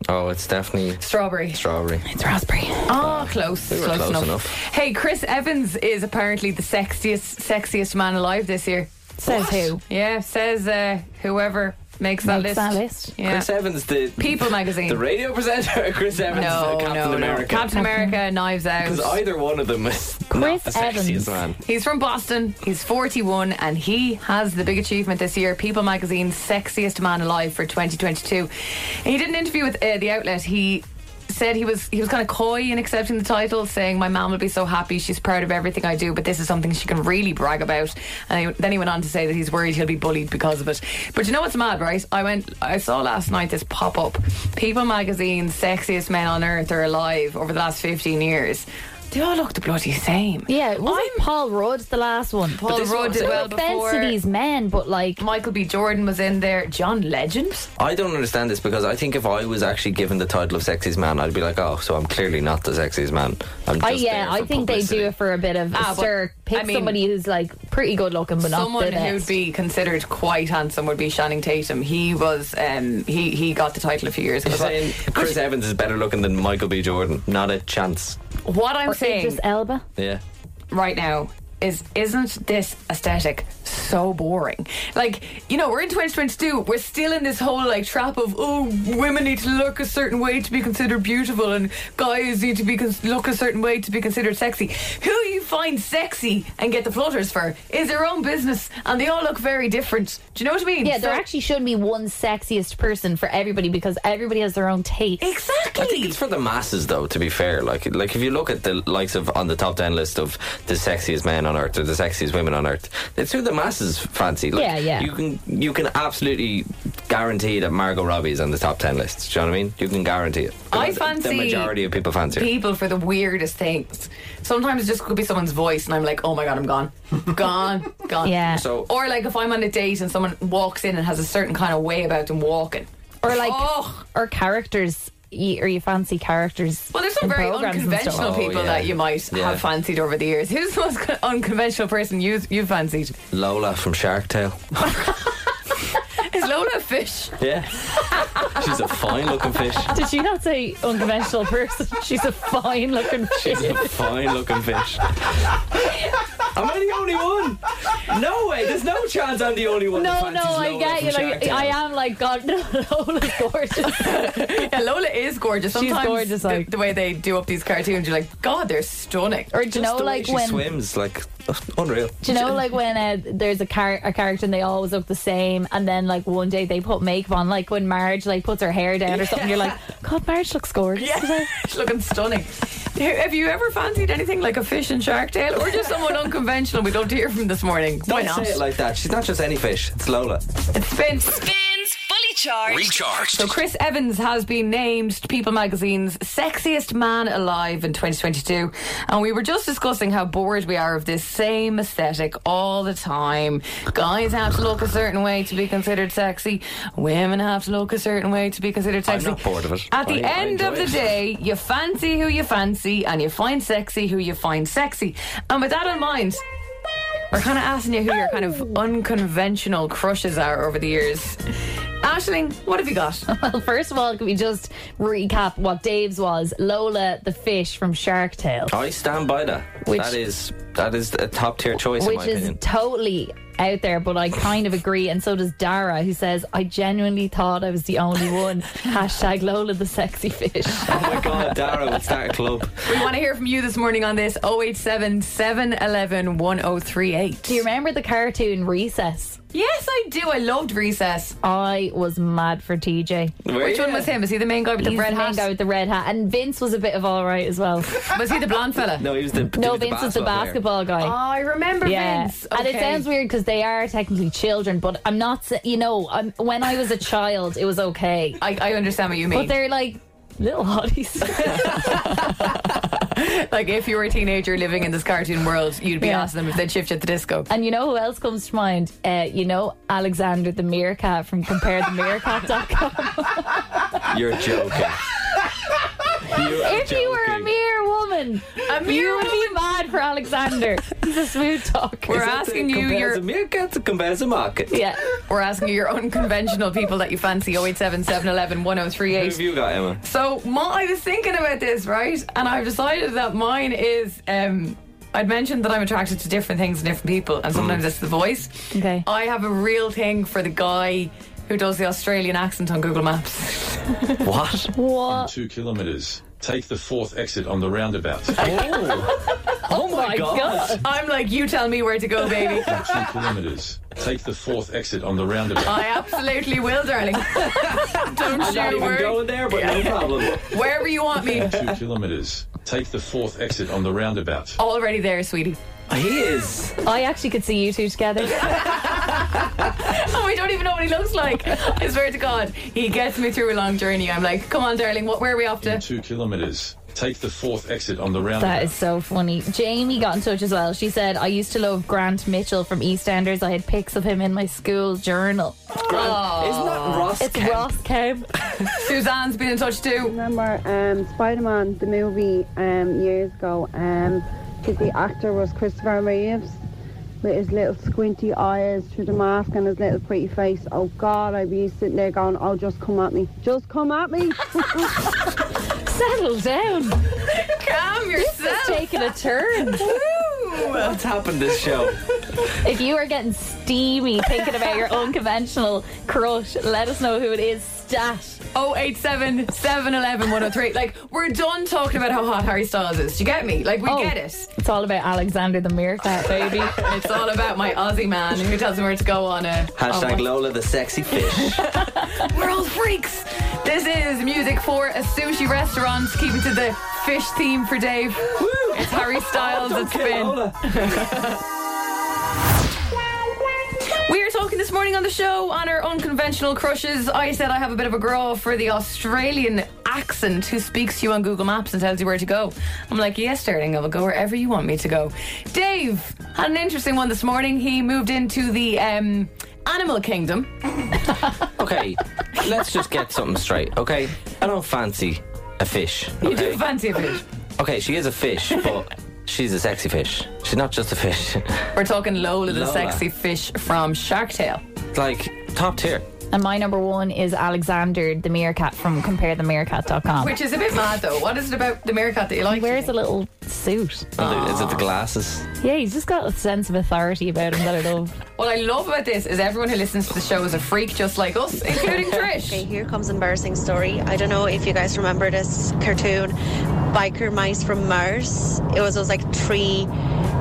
[SPEAKER 4] Oh, it's definitely
[SPEAKER 7] Strawberry.
[SPEAKER 4] strawberry.
[SPEAKER 7] It's raspberry. Oh, close.
[SPEAKER 4] We were
[SPEAKER 7] close,
[SPEAKER 4] close
[SPEAKER 7] enough.
[SPEAKER 4] enough.
[SPEAKER 7] Hey, Chris Evans is apparently the sexiest sexiest man alive this year.
[SPEAKER 8] Says who?
[SPEAKER 7] Yeah, says uh, whoever makes that list.
[SPEAKER 8] Makes that list.
[SPEAKER 7] Yeah.
[SPEAKER 4] Chris Evans, the
[SPEAKER 7] People magazine.
[SPEAKER 4] the radio presenter. [laughs] Chris Evans,
[SPEAKER 7] no,
[SPEAKER 4] uh, Captain
[SPEAKER 7] no, no.
[SPEAKER 4] America.
[SPEAKER 7] Captain America, Knives
[SPEAKER 4] Because
[SPEAKER 7] Out.
[SPEAKER 4] either one of them [laughs] is
[SPEAKER 7] Chris
[SPEAKER 4] not the sexiest
[SPEAKER 7] Evans.
[SPEAKER 4] man.
[SPEAKER 7] He's from Boston. He's 41 and he has the big achievement this year People Magazine's Sexiest Man Alive for 2022. And he did an interview with uh, the outlet. He said he was he was kind of coy in accepting the title saying my mom will be so happy she's proud of everything I do but this is something she can really brag about and he, then he went on to say that he's worried he'll be bullied because of it but you know what's mad right I went I saw last night this pop up People Magazine's Sexiest Men on Earth are alive over the last 15 years they all look the bloody same
[SPEAKER 8] Yeah, was it Paul Rudd the last one?
[SPEAKER 7] Paul this Rudd one- did
[SPEAKER 8] No
[SPEAKER 7] well
[SPEAKER 8] offense
[SPEAKER 7] before.
[SPEAKER 8] to these men, but like
[SPEAKER 7] Michael B. Jordan was in there. John Legend.
[SPEAKER 4] I don't understand this because I think if I was actually given the title of sexiest man, I'd be like, oh, so I'm clearly not the sexiest man. I'm
[SPEAKER 8] I,
[SPEAKER 4] just
[SPEAKER 8] Oh, yeah,
[SPEAKER 4] there
[SPEAKER 8] I
[SPEAKER 4] for
[SPEAKER 8] think they do it for a bit of
[SPEAKER 7] Ah,
[SPEAKER 8] a
[SPEAKER 7] but,
[SPEAKER 8] stir. Pick
[SPEAKER 7] I mean,
[SPEAKER 8] somebody who's like pretty good looking, but not
[SPEAKER 7] Someone
[SPEAKER 8] the
[SPEAKER 7] who'd
[SPEAKER 8] best.
[SPEAKER 7] be considered quite handsome would be Channing Tatum. He was. Um, he he got the title a few years ago.
[SPEAKER 4] You're saying Chris Evans is better looking than Michael B. Jordan? Not a chance.
[SPEAKER 7] What I'm saying
[SPEAKER 8] Elba.
[SPEAKER 4] Yeah.
[SPEAKER 7] right now is isn't this aesthetic so boring? Like, you know, we're in 2022, we're still in this whole like trap of oh, women need to look a certain way to be considered beautiful and guys need to be cons- look a certain way to be considered sexy. Who you find sexy and get the flutters for is their own business and they all look very different. Do you know what I mean?
[SPEAKER 8] Yeah, there
[SPEAKER 7] So-
[SPEAKER 8] actually should be one sexiest person for everybody because everybody has their own taste.
[SPEAKER 7] Exactly.
[SPEAKER 4] I think it's for the masses, though. To be fair, like like if you look at the likes of on the top ten list of the sexiest men on earth or the sexiest women on earth, it's who the masses fancy. Like,
[SPEAKER 8] Yeah, yeah.
[SPEAKER 4] You can you can absolutely guarantee that Margot Robbie is on the top ten list. Do you know what I mean? You can guarantee it.
[SPEAKER 7] I
[SPEAKER 4] The-
[SPEAKER 7] fancy
[SPEAKER 4] the majority of people fancy. it.
[SPEAKER 7] people for the weirdest things. Sometimes it just could be someone's voice, and I'm like, oh my god, I'm gone, gone, [laughs] gone.
[SPEAKER 8] Yeah.
[SPEAKER 4] So-
[SPEAKER 7] or like if I'm on a date and someone walks in and has a certain kind of way about them walking,
[SPEAKER 8] Or like,
[SPEAKER 7] oh,
[SPEAKER 8] or characters, y- or you fancy characters.
[SPEAKER 7] well, there's some
[SPEAKER 8] in
[SPEAKER 7] very
[SPEAKER 8] programs and stuff.
[SPEAKER 7] unconventional
[SPEAKER 4] Oh,
[SPEAKER 7] people
[SPEAKER 4] yeah.
[SPEAKER 7] that you might
[SPEAKER 4] Yeah.
[SPEAKER 7] have fancied over the years. Who's the most unconventional person you you fancied?
[SPEAKER 4] Lola from Shark
[SPEAKER 8] [laughs]
[SPEAKER 4] Tale.
[SPEAKER 7] Is Lola a fish?
[SPEAKER 4] Yeah, she's a fine looking fish.
[SPEAKER 8] Did she not say unconventional person? [laughs] She's a fine looking
[SPEAKER 4] She's a
[SPEAKER 8] chick.
[SPEAKER 4] fine looking fish. Am I the only one? No way. There's no chance I'm the only one.
[SPEAKER 8] No,
[SPEAKER 4] that
[SPEAKER 8] no,
[SPEAKER 4] fancies
[SPEAKER 8] I
[SPEAKER 4] Lola
[SPEAKER 8] get
[SPEAKER 4] from
[SPEAKER 8] you.
[SPEAKER 4] Shark
[SPEAKER 8] Like,
[SPEAKER 4] Tale.
[SPEAKER 8] I am like, God, [laughs] no, Lola's gorgeous.
[SPEAKER 4] [laughs]
[SPEAKER 7] Yeah, Lola is gorgeous.
[SPEAKER 8] She's
[SPEAKER 7] Sometimes
[SPEAKER 8] gorgeous,
[SPEAKER 7] the,
[SPEAKER 8] like-
[SPEAKER 7] the way they do up these cartoons, you're like, God, they're stunning. [laughs]
[SPEAKER 8] Or do you know,
[SPEAKER 4] the way
[SPEAKER 8] like
[SPEAKER 4] she
[SPEAKER 8] when
[SPEAKER 4] swims, like [laughs] unreal.
[SPEAKER 8] Do you know, like when uh, there's a, char- a character and they always look the same, and then like one day they put makeup on, like when Marge like puts her hair down or something, you're like, God, Marge looks gorgeous today.
[SPEAKER 7] She's looking stunning. Have you ever fancied anything like a fish in Shark Tale, or just someone unconventional we don't hear from this morning? Why
[SPEAKER 4] Don't
[SPEAKER 7] not?
[SPEAKER 4] say it like that. She's not just any fish. It's Lola.
[SPEAKER 7] It's been.
[SPEAKER 2] Spins Fully Charged.
[SPEAKER 1] Recharged.
[SPEAKER 7] So Chris Evans has been named People Magazine's sexiest man alive in 2022, and we were just discussing how bored we are of this same aesthetic all the time. Guys have to look a certain way to be considered sexy. Women have to look a certain way to be considered
[SPEAKER 4] I'm
[SPEAKER 7] sexy.
[SPEAKER 4] not bored of it.
[SPEAKER 7] At the
[SPEAKER 4] I- I
[SPEAKER 7] end of
[SPEAKER 4] enjoy
[SPEAKER 7] the
[SPEAKER 4] it.
[SPEAKER 7] day, you fancy who you fancy, and you find sexy who you find sexy. And with that in mind. We're kind of asking you who your kind of unconventional crushes are over the years. Ashling, what have
[SPEAKER 4] [laughs]
[SPEAKER 7] you got?
[SPEAKER 8] Well, first of all, can we just recap what Dave's was? Lola the fish from Shark Tale,
[SPEAKER 4] I stand by that.
[SPEAKER 8] Which-
[SPEAKER 4] that is that is a top tier choice in my
[SPEAKER 8] which is
[SPEAKER 4] opinion.
[SPEAKER 8] totally out there, but I kind of agree, and so does Dara, who says I genuinely thought I was the
[SPEAKER 7] [laughs]
[SPEAKER 8] only one. Hashtag Lola the sexy fish.
[SPEAKER 4] oh my
[SPEAKER 8] [laughs]
[SPEAKER 4] god, Dara would start a club.
[SPEAKER 7] We want to hear from you this morning on this 087 711
[SPEAKER 8] Do you
[SPEAKER 7] 1038.
[SPEAKER 8] remember the cartoon Recess?
[SPEAKER 7] Yes, I do. I loved Recess.
[SPEAKER 8] I was mad for TJ.
[SPEAKER 4] Were
[SPEAKER 7] Which
[SPEAKER 4] you?
[SPEAKER 7] one was him? Was he the main guy with the
[SPEAKER 8] He's
[SPEAKER 7] red
[SPEAKER 8] the main
[SPEAKER 7] hat?
[SPEAKER 8] guy with the red hat, and Vince was a bit of all right
[SPEAKER 7] [laughs]
[SPEAKER 8] as well.
[SPEAKER 7] Was he the blonde fella?
[SPEAKER 4] No, he was the he
[SPEAKER 8] no,
[SPEAKER 4] was the
[SPEAKER 8] Vince was the
[SPEAKER 4] basketball
[SPEAKER 8] basketball
[SPEAKER 7] Oh,
[SPEAKER 8] guy.
[SPEAKER 7] I remember
[SPEAKER 8] yeah,
[SPEAKER 7] Vince.
[SPEAKER 8] and it
[SPEAKER 7] Okay.
[SPEAKER 8] sounds weird because they are technically children, but I'm not. sa- You know, I'm, when I was a child, it was okay,
[SPEAKER 7] I, I understand what you
[SPEAKER 8] but
[SPEAKER 7] mean.
[SPEAKER 8] they're like little hotties.
[SPEAKER 7] Like, if you were a teenager living in this cartoon world, you'd be
[SPEAKER 8] Yeah.
[SPEAKER 7] asking them if they'd shift at the disco.
[SPEAKER 8] and you know who else comes to mind? Uh, you know, Alexander the meerkat from CompareTheMeerkat.com. [laughs]
[SPEAKER 4] player. You're joking. You are
[SPEAKER 8] if you were a
[SPEAKER 4] joking.
[SPEAKER 8] mere woman Alan, you would be mad for Alexander. He's a smooth talker.
[SPEAKER 7] We're asking you your
[SPEAKER 4] meerkats and compares a market.
[SPEAKER 7] Yeah. We're asking you your unconventional people that you fancy 087 711
[SPEAKER 4] Who have
[SPEAKER 7] 1038.
[SPEAKER 4] you got, Emma?
[SPEAKER 7] So, Ma, I was thinking about this, right? And I've decided that mine is. Um, I'd mentioned that I'm attracted to different things and different people, and sometimes it's the voice. Okay. I have a real thing for the guy who does the Australian accent on Google
[SPEAKER 4] [laughs]
[SPEAKER 7] Maps.
[SPEAKER 4] What?
[SPEAKER 18] In two kilometres, take the fourth exit on the roundabout.
[SPEAKER 7] Oh,
[SPEAKER 18] my God. God.
[SPEAKER 7] I'm like, you tell me where to go, baby.
[SPEAKER 18] In two kilometres, take the fourth exit on the
[SPEAKER 7] I
[SPEAKER 18] roundabout.
[SPEAKER 7] absolutely will, darling.
[SPEAKER 18] I'm
[SPEAKER 7] Don't you
[SPEAKER 18] not even
[SPEAKER 7] worry.
[SPEAKER 18] going there, but
[SPEAKER 8] [laughs]
[SPEAKER 18] no problem.
[SPEAKER 7] Wherever you want me.
[SPEAKER 18] In two kilometres, take the fourth exit on the roundabout.
[SPEAKER 7] Already there, sweetie.
[SPEAKER 4] He is.
[SPEAKER 8] I actually could see you two together.
[SPEAKER 7] [laughs] Oh, I don't even know what he looks like. I swear to God, he gets me through a long journey. I'm like, come on, darling, what where are we off to?
[SPEAKER 18] In two kilometres, take the fourth exit on the roundabout.
[SPEAKER 8] That is so funny. Jamie got in touch as well. She said, I used to love Grant Mitchell from EastEnders. I had pics of him in my school journal.
[SPEAKER 4] Isn't that Ross
[SPEAKER 8] It's
[SPEAKER 4] Kemp?
[SPEAKER 8] Ross Kemp.
[SPEAKER 7] Suzanne's been in touch too.
[SPEAKER 19] Remember um, Spider Man, the movie um, years ago. Um, the actor was Christopher Reeves with his little squinty eyes through the mask and his little pretty face. Oh God, I'd be sitting there going, "Oh, just come at me, just come at me."
[SPEAKER 8] Settle down.
[SPEAKER 19] [laughs]
[SPEAKER 7] Calm
[SPEAKER 8] This is taking a turn.
[SPEAKER 4] What's happened this show?
[SPEAKER 8] If you are getting steamy thinking about your unconventional crush, let us know who it is. Stat.
[SPEAKER 7] 087 711 103. Like, we're done talking about how hot Harry Styles is. Do you get me? Like, we
[SPEAKER 8] Oh,
[SPEAKER 7] get it.
[SPEAKER 8] It's all about Alexander the Meerkat, baby.
[SPEAKER 7] It's all about my Aussie man who tells me where to go on a.
[SPEAKER 4] Hashtag Lola the sexy [laughs] fish.
[SPEAKER 7] We're all freaks. This is music for a sushi restaurant. Keep it to the fish theme for Dave. Woo! It's Harry Styles at Spin. We are talking this morning on the show on our unconventional crushes. I said I have a bit of a grow for the Australian accent who speaks to you on Google Maps and tells you where to go. I'm like, yes, darling, I will go wherever you want me to go. Dave had an interesting one this morning. He moved into the um, animal kingdom.
[SPEAKER 4] okay, let's just get something straight, okay? I don't fancy a fish.
[SPEAKER 7] You do fancy a fish.
[SPEAKER 4] Okay, she is a [laughs] fish, but she's a sexy fish. She's not just a fish. [laughs]
[SPEAKER 7] We're talking Lola, the
[SPEAKER 4] Lola.
[SPEAKER 7] sexy fish from Shark Tale.
[SPEAKER 4] like, top tier.
[SPEAKER 8] And my number one is Alexander the Meerkat from comparethemeerkat.com.
[SPEAKER 7] Which is a bit mad though. What is it about the meerkat that you like? He wears
[SPEAKER 8] a little suit.
[SPEAKER 4] Is it the glasses?
[SPEAKER 8] Yeah, he's just got a sense of authority about him that I love.
[SPEAKER 7] What I love about this is everyone who listens to the show is a freak just like us,
[SPEAKER 8] [laughs]
[SPEAKER 7] including Trish.
[SPEAKER 20] Okay, here comes an embarrassing story. I don't know if you guys remember this cartoon, Biker Mice from Mars. It was those like three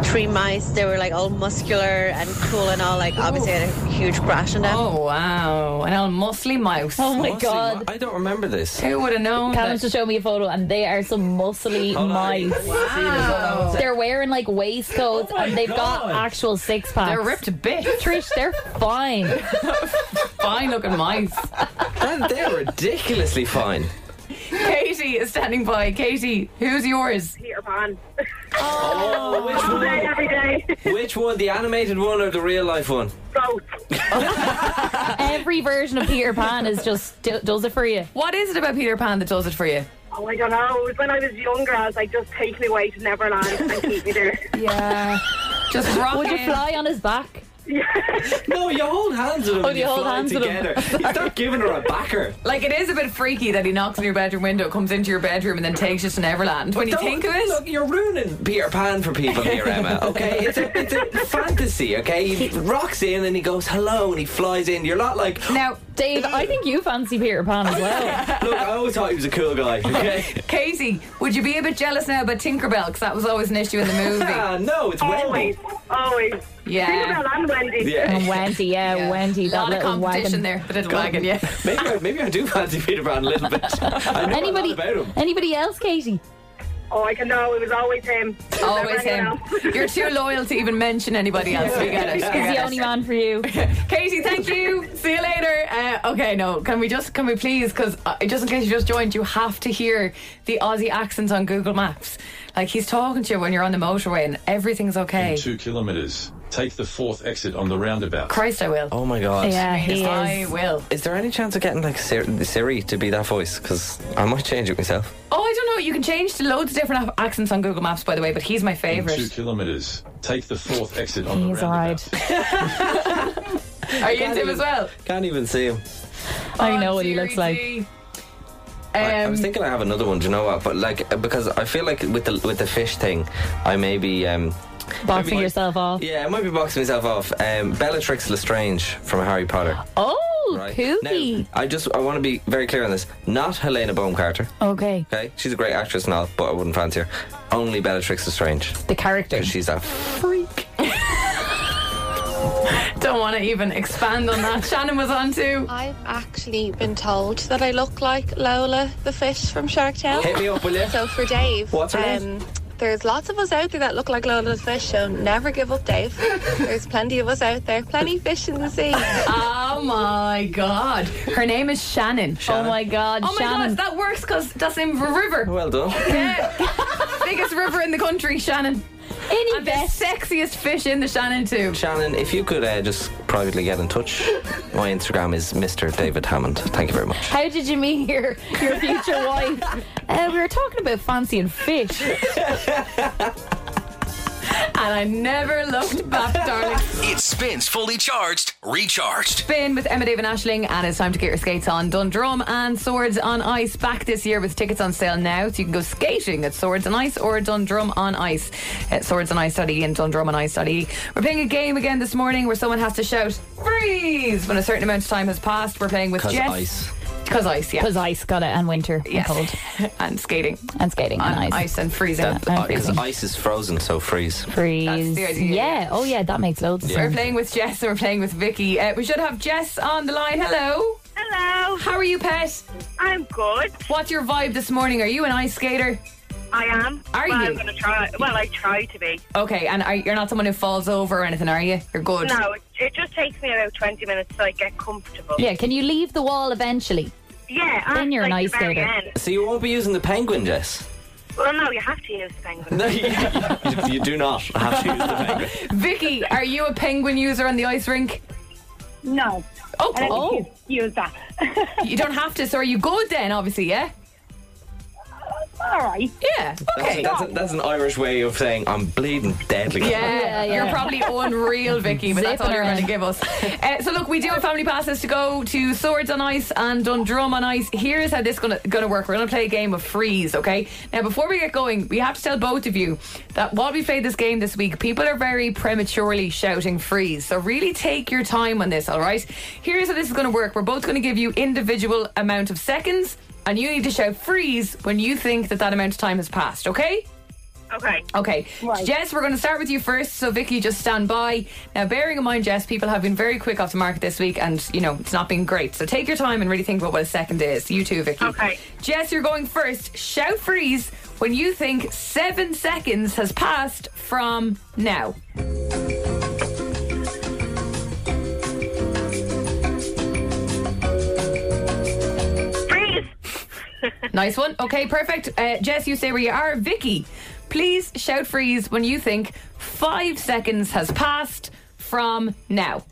[SPEAKER 20] three mice. They were like all muscular and cool and all like obviously had a huge crash on them.
[SPEAKER 7] Oh wow. An old muscly mouse.
[SPEAKER 8] Oh my
[SPEAKER 4] Muscly
[SPEAKER 8] god.
[SPEAKER 4] I don't remember this.
[SPEAKER 7] Who would have known?
[SPEAKER 8] Callum's just showed me a photo and they are some muscly
[SPEAKER 4] Hold on. Oh
[SPEAKER 8] mice.
[SPEAKER 4] Wow.
[SPEAKER 8] They're wearing like waistcoats and they've got actual six packs. They're ripped
[SPEAKER 7] a bit.
[SPEAKER 8] Trish, they're fine.
[SPEAKER 7] fine looking mice.
[SPEAKER 4] That- They're ridiculously fine.
[SPEAKER 7] Katie is standing by. Katie, who's yours?
[SPEAKER 21] Peter Pan.
[SPEAKER 4] [laughs] Oh, which one?
[SPEAKER 21] Every day.
[SPEAKER 4] Which one, the animated one or the real life one?
[SPEAKER 8] Every version of Peter Pan is just d- does it for you.
[SPEAKER 7] What is it about Peter Pan that does it for you?
[SPEAKER 21] Oh, I don't know. It was when I was younger. I was like, just take me away to Neverland and keep me there.
[SPEAKER 8] [laughs] Yeah.
[SPEAKER 7] Just rock
[SPEAKER 8] Would you
[SPEAKER 7] in.
[SPEAKER 8] fly on his back?
[SPEAKER 4] No, you hold hands with them.
[SPEAKER 8] Oh,
[SPEAKER 4] and
[SPEAKER 8] you hold
[SPEAKER 4] fly
[SPEAKER 8] hands with them.
[SPEAKER 4] [laughs] together. He's not giving her a backer.
[SPEAKER 7] Like it is a bit freaky that he knocks on your bedroom window, comes into your bedroom, and then takes you to Neverland. When you
[SPEAKER 4] Don't-
[SPEAKER 7] think of it,
[SPEAKER 4] look, you're ruining Peter Pan for people here, Emma. Okay, it's a, it's a fantasy. Okay, he rocks in and he goes hello and he flies in. You're not like.
[SPEAKER 7] Now,
[SPEAKER 8] Dave, I think you fancy Peter Pan as well.
[SPEAKER 4] "Oh, Look, I always thought he was a cool guy. Okay.
[SPEAKER 7] Katie, would you be a bit jealous now about Tinkerbell? Because that was always an issue in the movie.
[SPEAKER 8] [laughs]
[SPEAKER 4] Ah, no, it's
[SPEAKER 21] Always, always.
[SPEAKER 7] Yeah.
[SPEAKER 21] Tinkerbell and Wendy.
[SPEAKER 4] Yeah.
[SPEAKER 8] And Wendy, yeah, Wendy, that
[SPEAKER 7] lot of
[SPEAKER 8] little
[SPEAKER 7] competition
[SPEAKER 8] wagon.
[SPEAKER 7] there, the little
[SPEAKER 4] God.
[SPEAKER 7] wagon,
[SPEAKER 8] [laughs]
[SPEAKER 7] yeah. [laughs]
[SPEAKER 4] Maybe I, maybe I do fancy Peter Pan a little bit. [laughs] I know
[SPEAKER 8] Anybody-
[SPEAKER 4] a lot about him.
[SPEAKER 8] Anybody else, Katie?
[SPEAKER 21] Oh, I can know. It was always him. It was
[SPEAKER 7] Always
[SPEAKER 21] never anyone
[SPEAKER 7] him.
[SPEAKER 21] else.
[SPEAKER 7] You're too loyal to even mention anybody else. We get it. We
[SPEAKER 8] He's
[SPEAKER 7] get
[SPEAKER 8] the
[SPEAKER 7] it.
[SPEAKER 8] only man for you.
[SPEAKER 7] Katie, thank you. See you later. Uh, okay, no, can we just can we please? Because uh, just in case you just joined, you have to hear the Aussie accents on Google Maps. Like he's talking to you when you're on the motorway, and everything's okay.
[SPEAKER 18] In two kilometres, take the fourth exit on the roundabout.
[SPEAKER 7] Christ, I will.
[SPEAKER 4] Oh my god.
[SPEAKER 7] Because I will.
[SPEAKER 4] Is there any chance of getting like Siri, Siri to be that voice? Because I might change it myself.
[SPEAKER 7] Oh, I don't know. You can change to loads of different a- accents on Google Maps, by the way, but he's my
[SPEAKER 18] In two
[SPEAKER 7] favourite.
[SPEAKER 18] kilometers, take the fourth exit on the
[SPEAKER 7] He's
[SPEAKER 18] roundabout.
[SPEAKER 7] Are you into him as well?
[SPEAKER 4] Can't even see him.
[SPEAKER 7] I know Oh, what he looks like.
[SPEAKER 4] I, I was thinking I have another one. Do you know what? But like uh, because I feel like with the with the fish thing, I may be um,
[SPEAKER 8] Boxing yourself off.
[SPEAKER 4] Yeah, I might be boxing myself off. Um, Bellatrix Lestrange from Harry Potter.
[SPEAKER 8] [gasps] Oh,
[SPEAKER 4] Right.
[SPEAKER 8] kooky.
[SPEAKER 4] I just I want to be very clear on this. Not Helena Bonham Carter.
[SPEAKER 8] Okay.
[SPEAKER 4] Okay, she's a great actress and all, but I wouldn't fancy her. Only Bellatrix Lestrange.
[SPEAKER 8] The character.
[SPEAKER 4] She's a
[SPEAKER 7] Don't want to even expand on that. Shannon was on too.
[SPEAKER 22] I've actually been told that I look like Lola the fish from Shark Tale.
[SPEAKER 4] Hit me up, will you?
[SPEAKER 22] So for Dave,
[SPEAKER 4] What's her name?
[SPEAKER 22] There's lots of us out there that look like Lola the fish, so never give up, Dave. [laughs] There's plenty of us out there, plenty fish in the sea.
[SPEAKER 7] Oh my god. Her name is Shannon.
[SPEAKER 8] Oh my god,
[SPEAKER 7] Oh my
[SPEAKER 8] Shannon.
[SPEAKER 7] god, that works because that's in for river.
[SPEAKER 4] Well done.
[SPEAKER 7] [laughs] Biggest river in the country, Shannon.
[SPEAKER 8] Any
[SPEAKER 7] and best. the sexiest fish in the Shannon too.
[SPEAKER 4] Shannon, if you could uh, just privately get in touch, my Instagram is Mr. David Hammond. Thank you very much.
[SPEAKER 8] How did you meet your your
[SPEAKER 7] [laughs]
[SPEAKER 8] future wife? Uh, we were talking about fancying fish.
[SPEAKER 7] And I never looked back, darling.
[SPEAKER 1] It spins fully charged, recharged.
[SPEAKER 7] Spin with Emma David Ashling, and it's time to get your skates on. Dundrum and Swords on Ice back this year with tickets on sale now, so you can go skating at Swords on Ice or Dundrum on Ice at Swords on Ice study and Dundrum on Ice study. We're playing a game again this morning where someone has to shout freeze when a certain amount of time has passed. We're playing with Jess. Because ice, yeah.
[SPEAKER 8] Because ice, got it, and winter,
[SPEAKER 7] Yes.
[SPEAKER 8] and
[SPEAKER 7] cold, and skating,
[SPEAKER 8] and skating,
[SPEAKER 7] On
[SPEAKER 8] and ice,
[SPEAKER 7] ice and freezing.
[SPEAKER 8] and
[SPEAKER 4] Because
[SPEAKER 8] freezing.
[SPEAKER 4] uh, ice is frozen, so freeze.
[SPEAKER 8] Freeze.
[SPEAKER 7] the idea,
[SPEAKER 8] Yeah. Oh, yeah. That makes loads of
[SPEAKER 7] We're
[SPEAKER 8] sense.
[SPEAKER 7] playing with Jess and we're playing with Vicky. Uh, we should have Jess on the line. Hello.
[SPEAKER 23] Hello.
[SPEAKER 7] How are you, Pet?
[SPEAKER 23] I'm good.
[SPEAKER 7] What's your vibe this morning? Are you an ice skater?
[SPEAKER 23] I am.
[SPEAKER 7] Are
[SPEAKER 23] well, I'm
[SPEAKER 7] you?
[SPEAKER 23] going to try. Well, I try to be.
[SPEAKER 7] Okay, and are, you're not someone who falls over or anything, are you? You're good.
[SPEAKER 23] No, it, it just takes me about 20 minutes to like get comfortable.
[SPEAKER 8] Yeah. Can you leave the wall eventually?
[SPEAKER 23] Yeah.
[SPEAKER 8] Then
[SPEAKER 23] I'm,
[SPEAKER 8] you're an
[SPEAKER 23] like,
[SPEAKER 8] ice
[SPEAKER 23] the very
[SPEAKER 8] skater.
[SPEAKER 23] end.
[SPEAKER 4] So you won't be using the penguin,
[SPEAKER 8] [laughs]
[SPEAKER 4] Jess? [laughs]
[SPEAKER 23] Well, no, you have to use the penguin.
[SPEAKER 4] No, you, you do not have to use the penguin.
[SPEAKER 7] Vicky, are you a penguin user on the ice rink?
[SPEAKER 23] No.
[SPEAKER 7] Oh,
[SPEAKER 23] I don't
[SPEAKER 7] oh.
[SPEAKER 23] Use that. [laughs]
[SPEAKER 7] you don't have to. So are you good then? Obviously, yeah.
[SPEAKER 23] All right.
[SPEAKER 7] Yeah.
[SPEAKER 4] That's,
[SPEAKER 7] Okay.
[SPEAKER 4] that's, that's an Irish way of saying I'm bleeding deadly.
[SPEAKER 7] Yeah, you're probably unreal, Vicky, but that's all
[SPEAKER 8] Zipping
[SPEAKER 7] you're going to
[SPEAKER 8] around.
[SPEAKER 7] give us. Uh, so, look, we do have family passes to go to Swords on Ice and Dundrum on Ice. Here's how this is going to work. We're going to play a game of freeze, okay? Now, before we get going, we have to tell both of you that while we play this game this week, people are very prematurely shouting freeze. So, really take your time on this, all right? Here's how this is going to work. We're both going to give you individual amount of seconds, and you need to shout freeze when you think that that amount of time has passed, okay?
[SPEAKER 23] Okay.
[SPEAKER 7] Okay, Jess, we're going to start with you first. So, Vicky, just stand by. Now, bearing in mind, Jess, people have been very quick off the mark this week, and you know it's not been great. So, take your time and really think about what a second is. You too, Vicky. Okay. Jess, you're going first. Shout freeze when you think seven seconds has passed from now.
[SPEAKER 23] Freeze.
[SPEAKER 7] [laughs] nice one. Okay, perfect. Uh, Jess, you say where you are. Vicky, please shout freeze when you think five seconds has passed from now.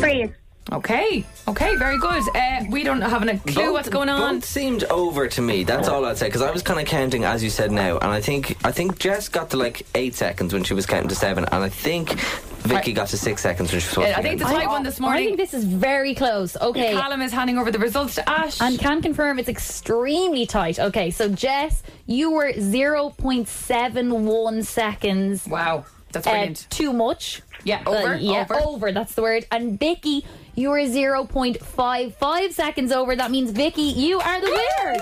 [SPEAKER 23] Freeze.
[SPEAKER 7] Okay. Okay. Very good. Uh, we don't have a clue
[SPEAKER 4] Both-
[SPEAKER 7] what's going on.
[SPEAKER 4] Both seemed over to me. That's all I'd say because I was kind of counting as you said now, and I think I think Jess got to like eight seconds when she was counting to seven, and I think Vicky got to six seconds when she was. watching it.
[SPEAKER 7] the tight one this morning.
[SPEAKER 8] I think this is very close. Okay.
[SPEAKER 7] Callum is handing over the results to Ash.
[SPEAKER 8] And can confirm it's extremely tight. Okay, so Jess, you were 0.71 seconds.
[SPEAKER 7] Wow, that's
[SPEAKER 8] brilliant. too much.
[SPEAKER 7] Yeah,
[SPEAKER 8] Uh,
[SPEAKER 7] over,
[SPEAKER 8] yeah,
[SPEAKER 7] over.
[SPEAKER 8] that's the word. And Vicky, you were 0.55 seconds over. That means, Vicky, you are the winner.